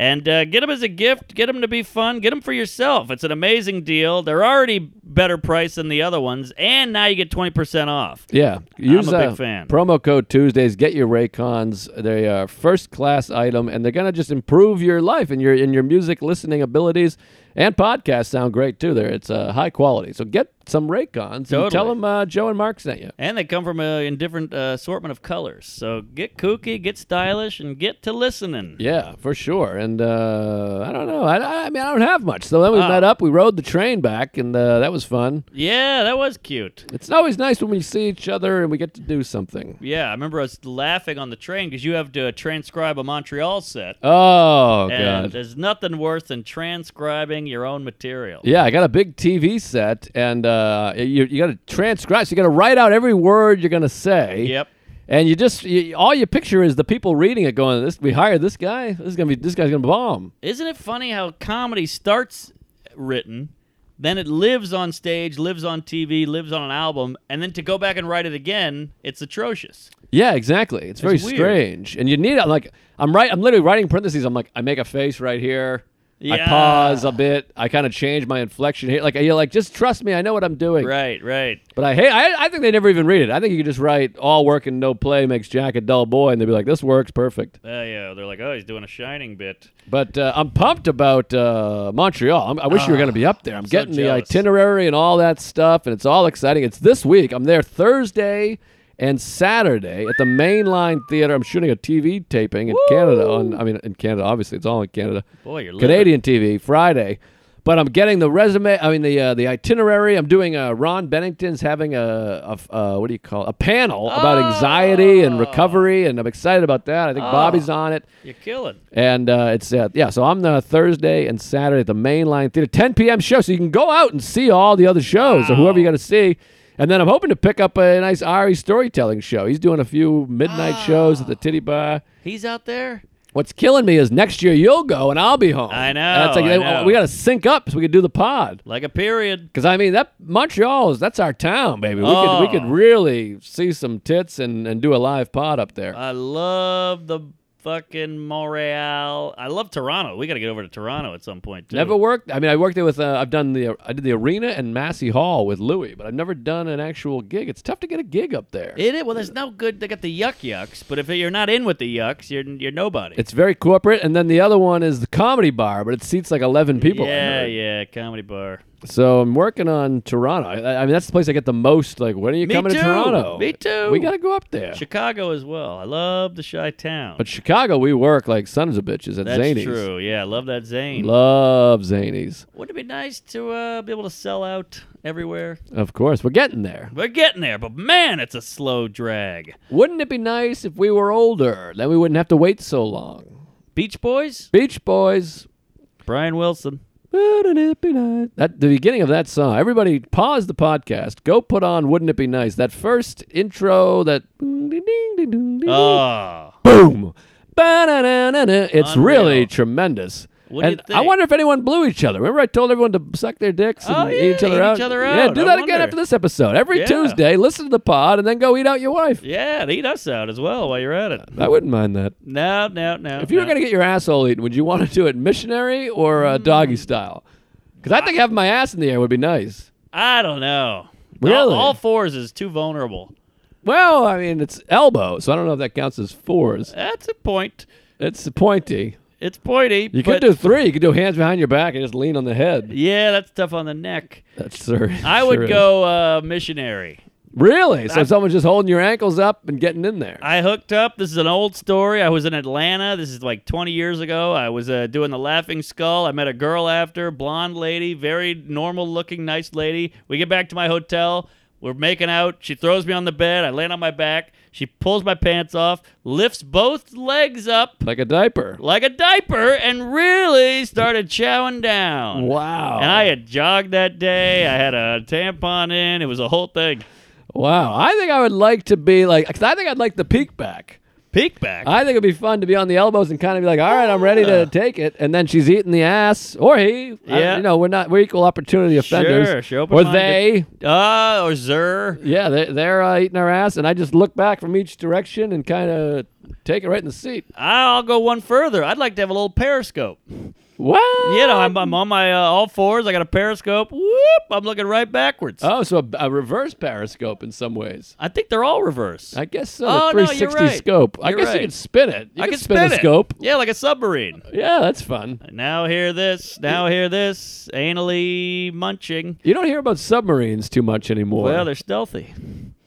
S2: And uh, get them as a gift. Get them to be fun. Get them for yourself. It's an amazing deal. They're already better price than the other ones, and now you get twenty percent off.
S3: Yeah, use
S2: a big
S3: uh,
S2: fan.
S3: promo code Tuesdays. Get your Raycons. They are first class item, and they're gonna just improve your life and your and your music listening abilities. And podcasts sound great too. There, it's uh, high quality. So get some Raycons
S2: Totally.
S3: and tell them uh, Joe and Mark sent you.
S2: And they come from a in different uh, assortment of colors. So get kooky, get stylish, and get to listening.
S3: Yeah, for sure. And uh, I don't know. I, I mean, I don't have much. So then we
S2: Oh.
S3: met up. We rode the train back, and uh, that was fun.
S2: Yeah, that was cute.
S3: It's always nice when we see each other and we get to do something.
S2: Yeah, I remember us laughing on the train because you have to transcribe a Montreal set.
S3: Oh
S2: and
S3: god.
S2: there's nothing worse than transcribing your own material.
S3: Yeah, I got a big TV set, and uh, you you got to transcribe. So you got to write out every word you're gonna say.
S2: Yep.
S3: And you just you, all you picture is the people reading it, going, "This we hired this guy. This is gonna be this guy's gonna bomb."
S2: Isn't it funny how comedy starts written, then it lives on stage, lives on TV, lives on an album, and then to go back and write it again, it's atrocious.
S3: Yeah, exactly. It's very
S2: weird.
S3: strange, and you need it. Like I'm right. I'm literally writing parentheses. I'm like, I make a face right here. I
S2: Yeah.
S3: pause a bit. I kind of change my inflection here. Like you're like, just trust me. I know what I'm doing.
S2: Right, right.
S3: But I hate. I, I think they never even read it. I think you could just write "all work and no play makes Jack a dull boy," and they'd be like, "This works perfect."
S2: Uh, yeah, they're like, oh, he's doing a shining bit.
S3: But uh, I'm pumped about uh, Montreal. I'm, I wish you were going to be up there. I'm,
S2: so
S3: getting the
S2: jealous.
S3: itinerary and all that stuff, and it's all exciting. It's this week. I'm there Thursday and Saturday at the Mainline Theater. I'm shooting a TV taping in Canada. On I mean, in Canada, obviously, it's all in Canada.
S2: Boy, you're living.
S3: Canadian TV Friday. But I'm getting the resume. I mean, the uh, the itinerary. I'm doing. Uh, Ron Bennington's having a, a f- uh, what do you call it? a panel about anxiety and recovery, and I'm excited about that. I think Bobby's
S2: Ah.
S3: on it.
S2: You're killing.
S3: And uh, it's uh, yeah, so I'm the Thursday and Saturday at the Mainline Theater, 10 p.m. show, so you can go out and see all the other shows or whoever you got to see. And then I'm hoping to pick up a nice Ari storytelling show. He's doing a few midnight
S2: Ah.
S3: shows at the Titty Bar.
S2: He's out there?
S3: What's killing me is next year you'll go and I'll be home.
S2: I know,
S3: And it's like
S2: I
S3: they-
S2: know.
S3: we got to sync up so we can do the pod.
S2: Like a period.
S3: Because I mean that Montreal is that's our town, baby. We
S2: Oh.
S3: could we could really see some tits and, and do a live pod up there.
S2: I love the fucking Montreal. I love Toronto. We got to get over to Toronto at some point, too.
S3: Never worked. I mean, I worked there with. Uh, I've done the. I did the arena and Massey Hall with Louis, but I've never done an actual gig. It's tough to get a gig up there.
S2: It is. Well, there's no good. They got the yuck yucks, but if you're not in with the yucks, you're you're nobody.
S3: it's very corporate, and then the other one is the comedy bar, but it seats like eleven people. in
S2: yeah,
S3: there.
S2: yeah, comedy bar.
S3: So I'm working on Toronto. I, I mean, that's the place I get the most. Like, when are you
S2: Me
S3: coming
S2: too.
S3: to Toronto?
S2: Me too.
S3: We gotta go up there.
S2: Chicago as well. I love the chi town.
S3: but Chicago, we work like sons of bitches at
S2: That's
S3: Zanies.
S2: true. Yeah, I love that Zane.
S3: Love Zanies.
S2: Wouldn't it be nice to uh, be able to sell out everywhere?
S3: Of course, we're getting there.
S2: We're getting there, but man, it's a slow drag.
S3: Wouldn't it be nice if we were older? Then we wouldn't have to wait so long.
S2: Beach Boys,
S3: Beach Boys.
S2: Brian Wilson.
S3: Wouldn't it be nice? That the beginning of that song. Everybody, pause the podcast. Go put on "Wouldn't It Be Nice." That first intro. That ding, ding, ding, ding, ding,
S2: Oh,
S3: boom. Ba-na-na-na-na. It's
S2: Unreal.
S3: really tremendous.
S2: What do
S3: and
S2: you think?
S3: I wonder if anyone blew each other. Remember, I told everyone to suck their dicks
S2: Oh,
S3: and
S2: yeah,
S3: eat each other
S2: eat
S3: out.
S2: each other
S3: Yeah,
S2: out.
S3: do
S2: I
S3: that again
S2: wonder.
S3: after this episode. Every
S2: Yeah.
S3: Tuesday, listen to the pod and then go eat out your wife.
S2: yeah, to eat us out as well while you're at it.
S3: I wouldn't mind that.
S2: No, no, no.
S3: If you were
S2: no.
S3: going to get your asshole eaten, would you want to do it missionary or uh, doggy
S2: Mm.
S3: style? Because I think having my ass in the air would be nice.
S2: I don't know.
S3: Really?
S2: All, all fours is too vulnerable.
S3: Well, I mean, it's elbow, so I don't know if that counts as fours.
S2: That's a point.
S3: It's pointy.
S2: It's pointy.
S3: You could
S2: but
S3: do three. You could do hands behind your back and just lean on the head.
S2: Yeah, that's tough on the neck.
S3: That's sure.
S2: I
S3: sure
S2: would
S3: is.
S2: go uh, missionary.
S3: Really? So someone's just holding your ankles up and getting in there.
S2: I hooked up. This is an old story. I was in Atlanta. This is like 20 years ago. I was uh, doing the Laughing Skull. I met a girl after, blonde lady, very normal looking, nice lady. We get back to my hotel. We're making out. She throws me on the bed. I land on my back. She pulls my pants off, lifts both legs up
S3: like a diaper.
S2: like a diaper, and really started chowing down.
S3: Wow.
S2: And I had jogged that day. I had a tampon in. It was a whole thing.
S3: wow. I think I would like to be like, cause I think I'd like the peek back.
S2: Peek back.
S3: I think it'd be fun to be on the elbows and kind of be like, all right, I'm ready to take it. And then she's eating the ass or he. I-
S2: Yeah.
S3: you know, we're not, we're equal opportunity
S2: sure.
S3: offenders.
S2: She
S3: or
S2: open-minded.
S3: they.
S2: Uh, or Zer.
S3: Yeah, they're, they're uh, eating our ass, and I just look back from each direction and kind of take it right in the seat.
S2: I'll go one further. I'd like to have a little periscope.
S3: What?
S2: You know, I'm, I'm on my uh, all fours. I got a periscope. Whoop! I'm looking right backwards.
S3: Oh, so a, a reverse periscope in some ways.
S2: I think they're all reverse. I,
S3: I guess so.
S2: Oh,
S3: a
S2: no, you're
S3: 360
S2: right.
S3: scope. I
S2: You're
S3: guess
S2: right.
S3: you can spin it. You
S2: can
S3: a
S2: it.
S3: scope.
S2: Yeah, like a submarine.
S3: Yeah, that's fun.
S2: And now hear this. Now hear this. Anally munching.
S3: You don't hear about submarines too much anymore.
S2: Well, they're stealthy.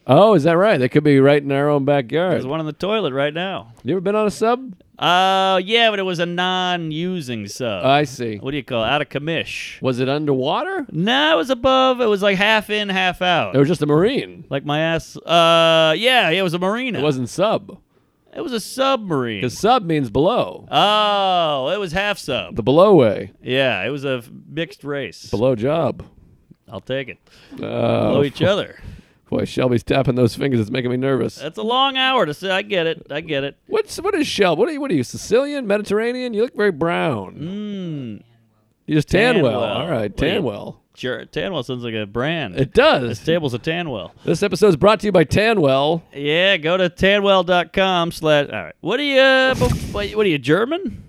S3: oh, is that right? They could be right in our own
S2: There's
S3: backyard.
S2: one in the toilet right now.
S3: You ever been on a sub?
S2: Uh, yeah, but it was a non-using sub.
S3: I see.
S2: what do you call it? out of commish?
S3: Was it underwater?
S2: No, it was above. It was like half in, half out.
S3: It was just a marine.
S2: like my ass. Uh, yeah, it was a marina.
S3: It wasn't sub.
S2: It was a submarine.
S3: Because sub means below.
S2: Oh, it was half sub.
S3: The below way.
S2: Yeah, it was a f- mixed race.
S3: Below job.
S2: I'll take it.
S3: Oh,
S2: Blow each other.
S3: boy, Shelby's tapping those fingers. It's making me nervous.
S2: That's a long hour to say. I get it. I get it.
S3: What's what is Shelby? What are you? What are you? Sicilian, Mediterranean? You look very brown.
S2: Mm.
S3: You just tan well.
S2: Tanwell.
S3: All right,
S2: What are you-
S3: tan well.
S2: Sure. Tanwell sounds like a brand.
S3: It does.
S2: this table's a Tanwell.
S3: This episode is brought to you by Tanwell.
S2: Yeah, go to tanwell.com slash. All right. What are you? Uh, bo- what what are you, German?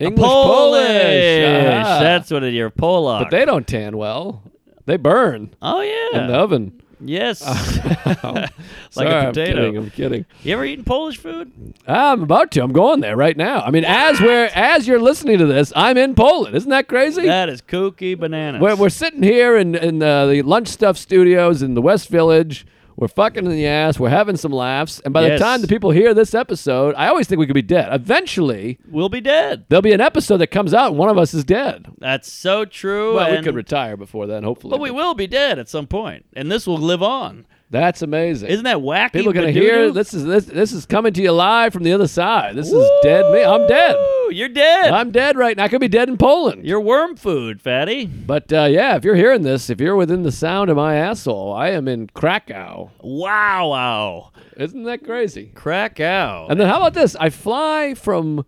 S3: English
S2: Polish.
S3: Ah.
S2: That's what it is. You're Polak.
S3: but they don't tan well. They burn
S2: oh,
S3: in the
S2: yeah.
S3: oven. Oh,
S2: Yes. like
S3: Sorry,
S2: a potato.
S3: I'm kidding. I'm kidding.
S2: You ever eaten Polish food?
S3: I'm about to. I'm going there right now. I mean, as we're as you're listening to this, I'm in Poland. Isn't that crazy?
S2: That is kooky bananas.
S3: We're, we're sitting here in, in uh, the Lunch Stuff Studios in the West Village. We're fucking in the ass. We're having some laughs. And by
S2: Yes.
S3: the time the people hear this episode, I always think we could be dead. Eventually,
S2: we'll be dead.
S3: there'll be an episode that comes out and one of us is dead.
S2: That's so true.
S3: Well, we
S2: and-
S3: could retire before then, hopefully.
S2: but we will be dead at some point, and this will live on.
S3: That's amazing.
S2: Isn't that wacky?
S3: people going to
S2: Badoo-doo?
S3: hear this is this, this is coming to you live from the other side. This is dead me. I'm dead.
S2: Woo! You're dead.
S3: I'm dead right now. I could be dead in Poland.
S2: You're worm food, fatty.
S3: but uh, yeah, if you're hearing this, if you're within the sound of my asshole, I am in Krakow.
S2: Wow, wow.
S3: Isn't that crazy?
S2: Krakow.
S3: And then how about this? I fly from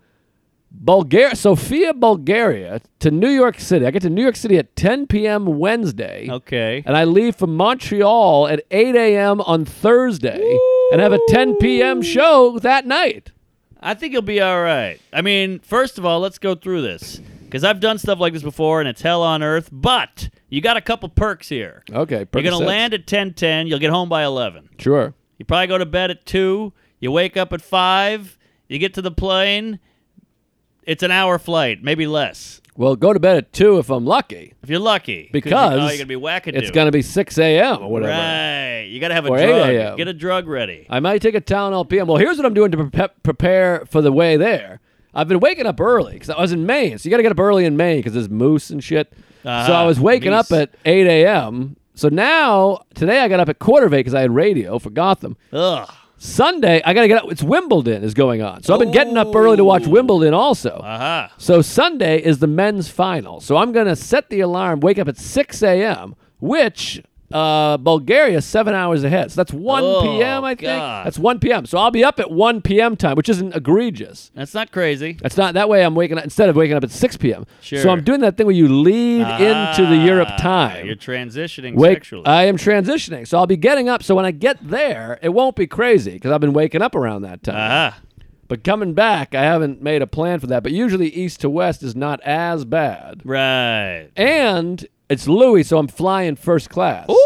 S3: Bulgaria, Sofia, Bulgaria, to New York City. I get to New York City at 10 p.m. Wednesday,
S2: Okay.
S3: and I leave from Montreal at 8 a.m. on Thursday, and have a 10 p.m. show that night.
S2: I think you'll be all right. I mean, first of all, let's go through this because I've done stuff like this before, and it's hell on earth. But you got a couple perks here.
S3: Okay,
S2: You're
S3: perfect
S2: gonna
S3: sense.
S2: land at ten ten. You'll get home by eleven.
S3: Sure.
S2: You probably go to bed at two. You wake up at five. You get to the plane. It's an hour flight, maybe less,
S3: Well, go to bed at two if I'm lucky.
S2: if you're lucky.
S3: Because
S2: you know you're gonna be wackadoo.
S3: It's gonna be 6 a.m. or whatever.
S2: Right. You gotta have a
S3: Or 8 a.m..
S2: drug. Get a drug ready.
S3: I might take a Tylenol PM. Well, here's what I'm doing to prep prepare for the way there. I've been waking up early because I was in Maine, so you got to get up early in Maine because there's moose and shit. so
S2: Ah,
S3: I was waking up
S2: meese.
S3: at 8 a.m. So now today I got up at quarter of eight because I had radio for Gotham.
S2: Ugh.
S3: Sunday I got to get up. It's Wimbledon is going on, so I've been getting up early to watch
S2: Ooh.
S3: Wimbledon also.
S2: Uh-huh.
S3: So Sunday is the men's final. So I'm gonna set the alarm, wake up at 6 a.m., which uh, Bulgaria is seven hours ahead. So that's 1
S2: Oh,
S3: p.m. I think
S2: God.
S3: that's 1 p.m. So I'll be up at 1 p.m. time, which isn't egregious.
S2: That's not crazy.
S3: That's not that way. I'm waking up instead of waking up at 6 p.m. So
S2: Sure.
S3: I'm doing that thing where you lead into the Europe
S2: Ah,
S3: time.
S2: You're transitioning
S3: Wake,
S2: sexually.
S3: I am transitioning, so I'll be getting up. So when I get there, it won't be crazy because I've been waking up around that time.
S2: uh-huh.
S3: But coming back, I haven't made a plan for that. But usually, east to west is not as bad
S2: Right.
S3: and it's Louis, so I'm flying first class. So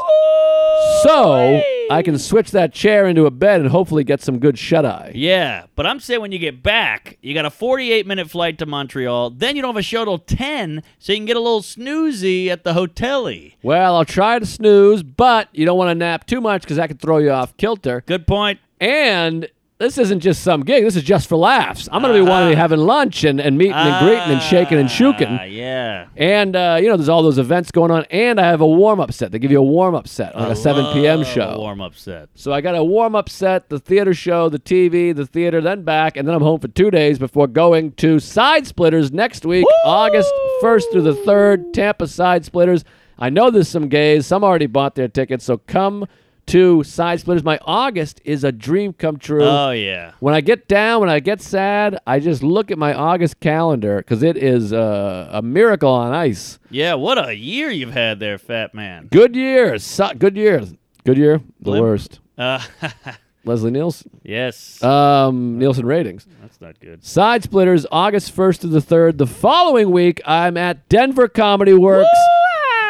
S2: So
S3: I can switch that chair into a bed and hopefully get some good shut eye.
S2: Yeah, but I'm saying when you get back, you got a 48 minute flight to Montreal. Then you don't have a show till 10, so you can get a little snoozy at the hotelie.
S3: Well, I'll try to snooze, but you don't want to nap too much because that could throw you off kilter.
S2: Good point.
S3: And this isn't just some gig. This is just for laughs. I'm going to be
S2: Uh-huh.
S3: wanting to be having lunch and, and meeting and greeting and shaking and
S2: Ah,
S3: shooking.
S2: Yeah.
S3: And, uh, you know, there's all those events going on. And I have a warm up set. They give you a warm up set, like a 7 p.m. show.
S2: Warm up set.
S3: So I got a warm up set, the theater show, the TV, the theater, then back, and then I'm home for two days before going to Side Splitters next week, August 1st through the 3rd, Tampa Side Splitters. I know there's some gays. Some already bought their tickets, so come to Side Splitters. My August is a dream come true.
S2: Oh, yeah.
S3: when I get down, when I get sad, I just look at my August calendar because it is uh, a miracle on ice.
S2: Yeah, what a year you've had there, fat man.
S3: Good year. Su- good year. Good year. The
S2: Blimp.
S3: worst.
S2: Uh,
S3: Leslie Nielsen.
S2: Yes.
S3: Um, Nielsen ratings.
S2: That's not good.
S3: Side Splitters, August 1st to the 3rd. The following week, I'm at Denver Comedy Works,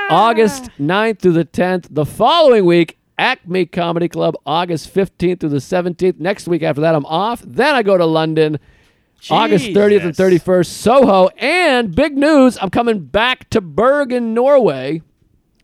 S3: August 9th through the 10th. The following week, Acme Comedy Club, August 15th through the 17th. Next week after that, I'm off. Then I go to London, August 30th and
S2: Jesus.
S3: 31st, Soho. And big news, I'm coming back to Bergen, Norway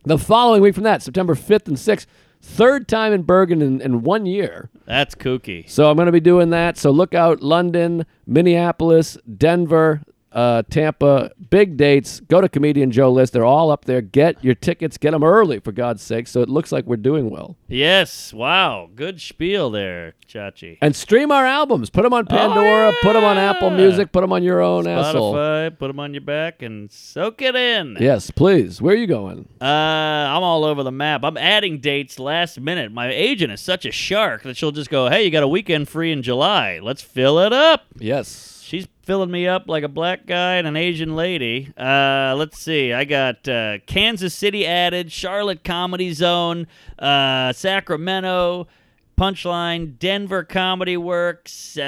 S3: the following week from that, September 5th and 6th. Third time in Bergen in, in one year.
S2: That's kooky.
S3: So I'm going to be doing that. So look out London, Minneapolis, Denver, uh, Tampa, big dates. Go to Comedian Joe List. They're all up there. Get your tickets. Get them early, for God's sake. So it looks like we're doing well.
S2: Yes. Wow. Good spiel there, Chachi.
S3: And stream our albums. Put them on Pandora. Put 'em Put them on Apple
S2: yeah.
S3: Music. Put them on your own asshole.
S2: Oh, Spotify, put them on your back and soak it in.
S3: Yes, please. Where are you going?
S2: Uh, I'm all over the map. I'm adding dates last minute. My agent is such a shark that she'll just go, "Hey, you got a weekend free in July. Let's fill it up."
S3: Yes.
S2: She's filling me up like a black guy and an Asian lady. Uh, let's see. I got uh, Kansas City added, Charlotte Comedy Zone, uh, Sacramento, Punchline, Denver Comedy Works, uh,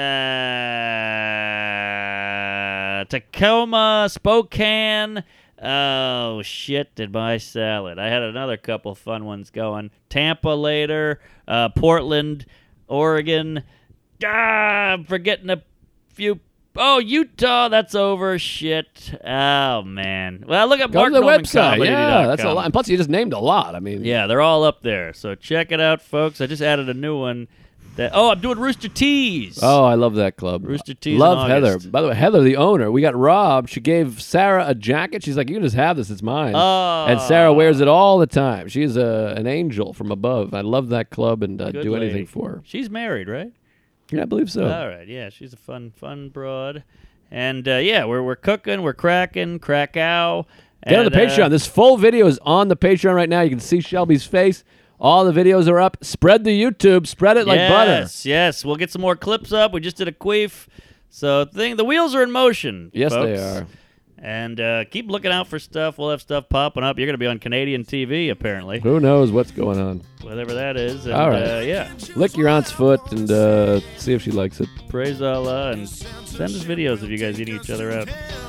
S2: Tacoma, Spokane. Oh, shit, did my salad. I had another couple fun ones going. Tampa later, uh, Portland, Oregon. Ah, I'm forgetting a few. Oh, Utah, that's over. Shit. Oh man. Well, look at
S3: Go
S2: Mark
S3: to the
S2: Norman
S3: website.
S2: Comedy
S3: Yeah,
S2: dot
S3: that's a
S2: com.
S3: lot. And plus, you just named a lot. I mean,
S2: Yeah, they're all up there. So check it out, folks. I just added a new one. That oh, I'm doing Rooster Tees.
S3: Oh, I love that club.
S2: Rooster Teeth in
S3: Love Heather.
S2: August.
S3: By the way, Heather, the owner, we got robbed. She gave Sarah a jacket. She's like, "You can just have this. It's mine."
S2: Oh.
S3: and Sarah wears it all the time. She's a an angel from above. I love that club and uh,
S2: Good
S3: do anything
S2: lady.
S3: for her. Oh.
S2: She's married, right?
S3: Yeah, I believe so.
S2: All right. Yeah, she's a fun, fun broad. And uh, yeah, we're we're cooking, we're cracking, Krakow.
S3: Get on the
S2: and, uh,
S3: Patreon. this full video is on the Patreon right now. You can see Shelby's face. All the videos are up. Spread the YouTube. Spread it like butter.
S2: Yes, yes. We'll get some more clips up. We just did a queef. So thing the wheels are in motion.
S3: Yes, they
S2: folks.
S3: are.
S2: And uh, keep looking out for stuff. We'll have stuff popping up. You're going to be on Canadian TV, apparently,
S3: Who knows what's going on?
S2: whatever that is. And,
S3: All right.
S2: Uh, yeah.
S3: Lick your aunt's foot and uh, see if she likes it.
S2: Praise Allah and send us videos of you guys eating each other up.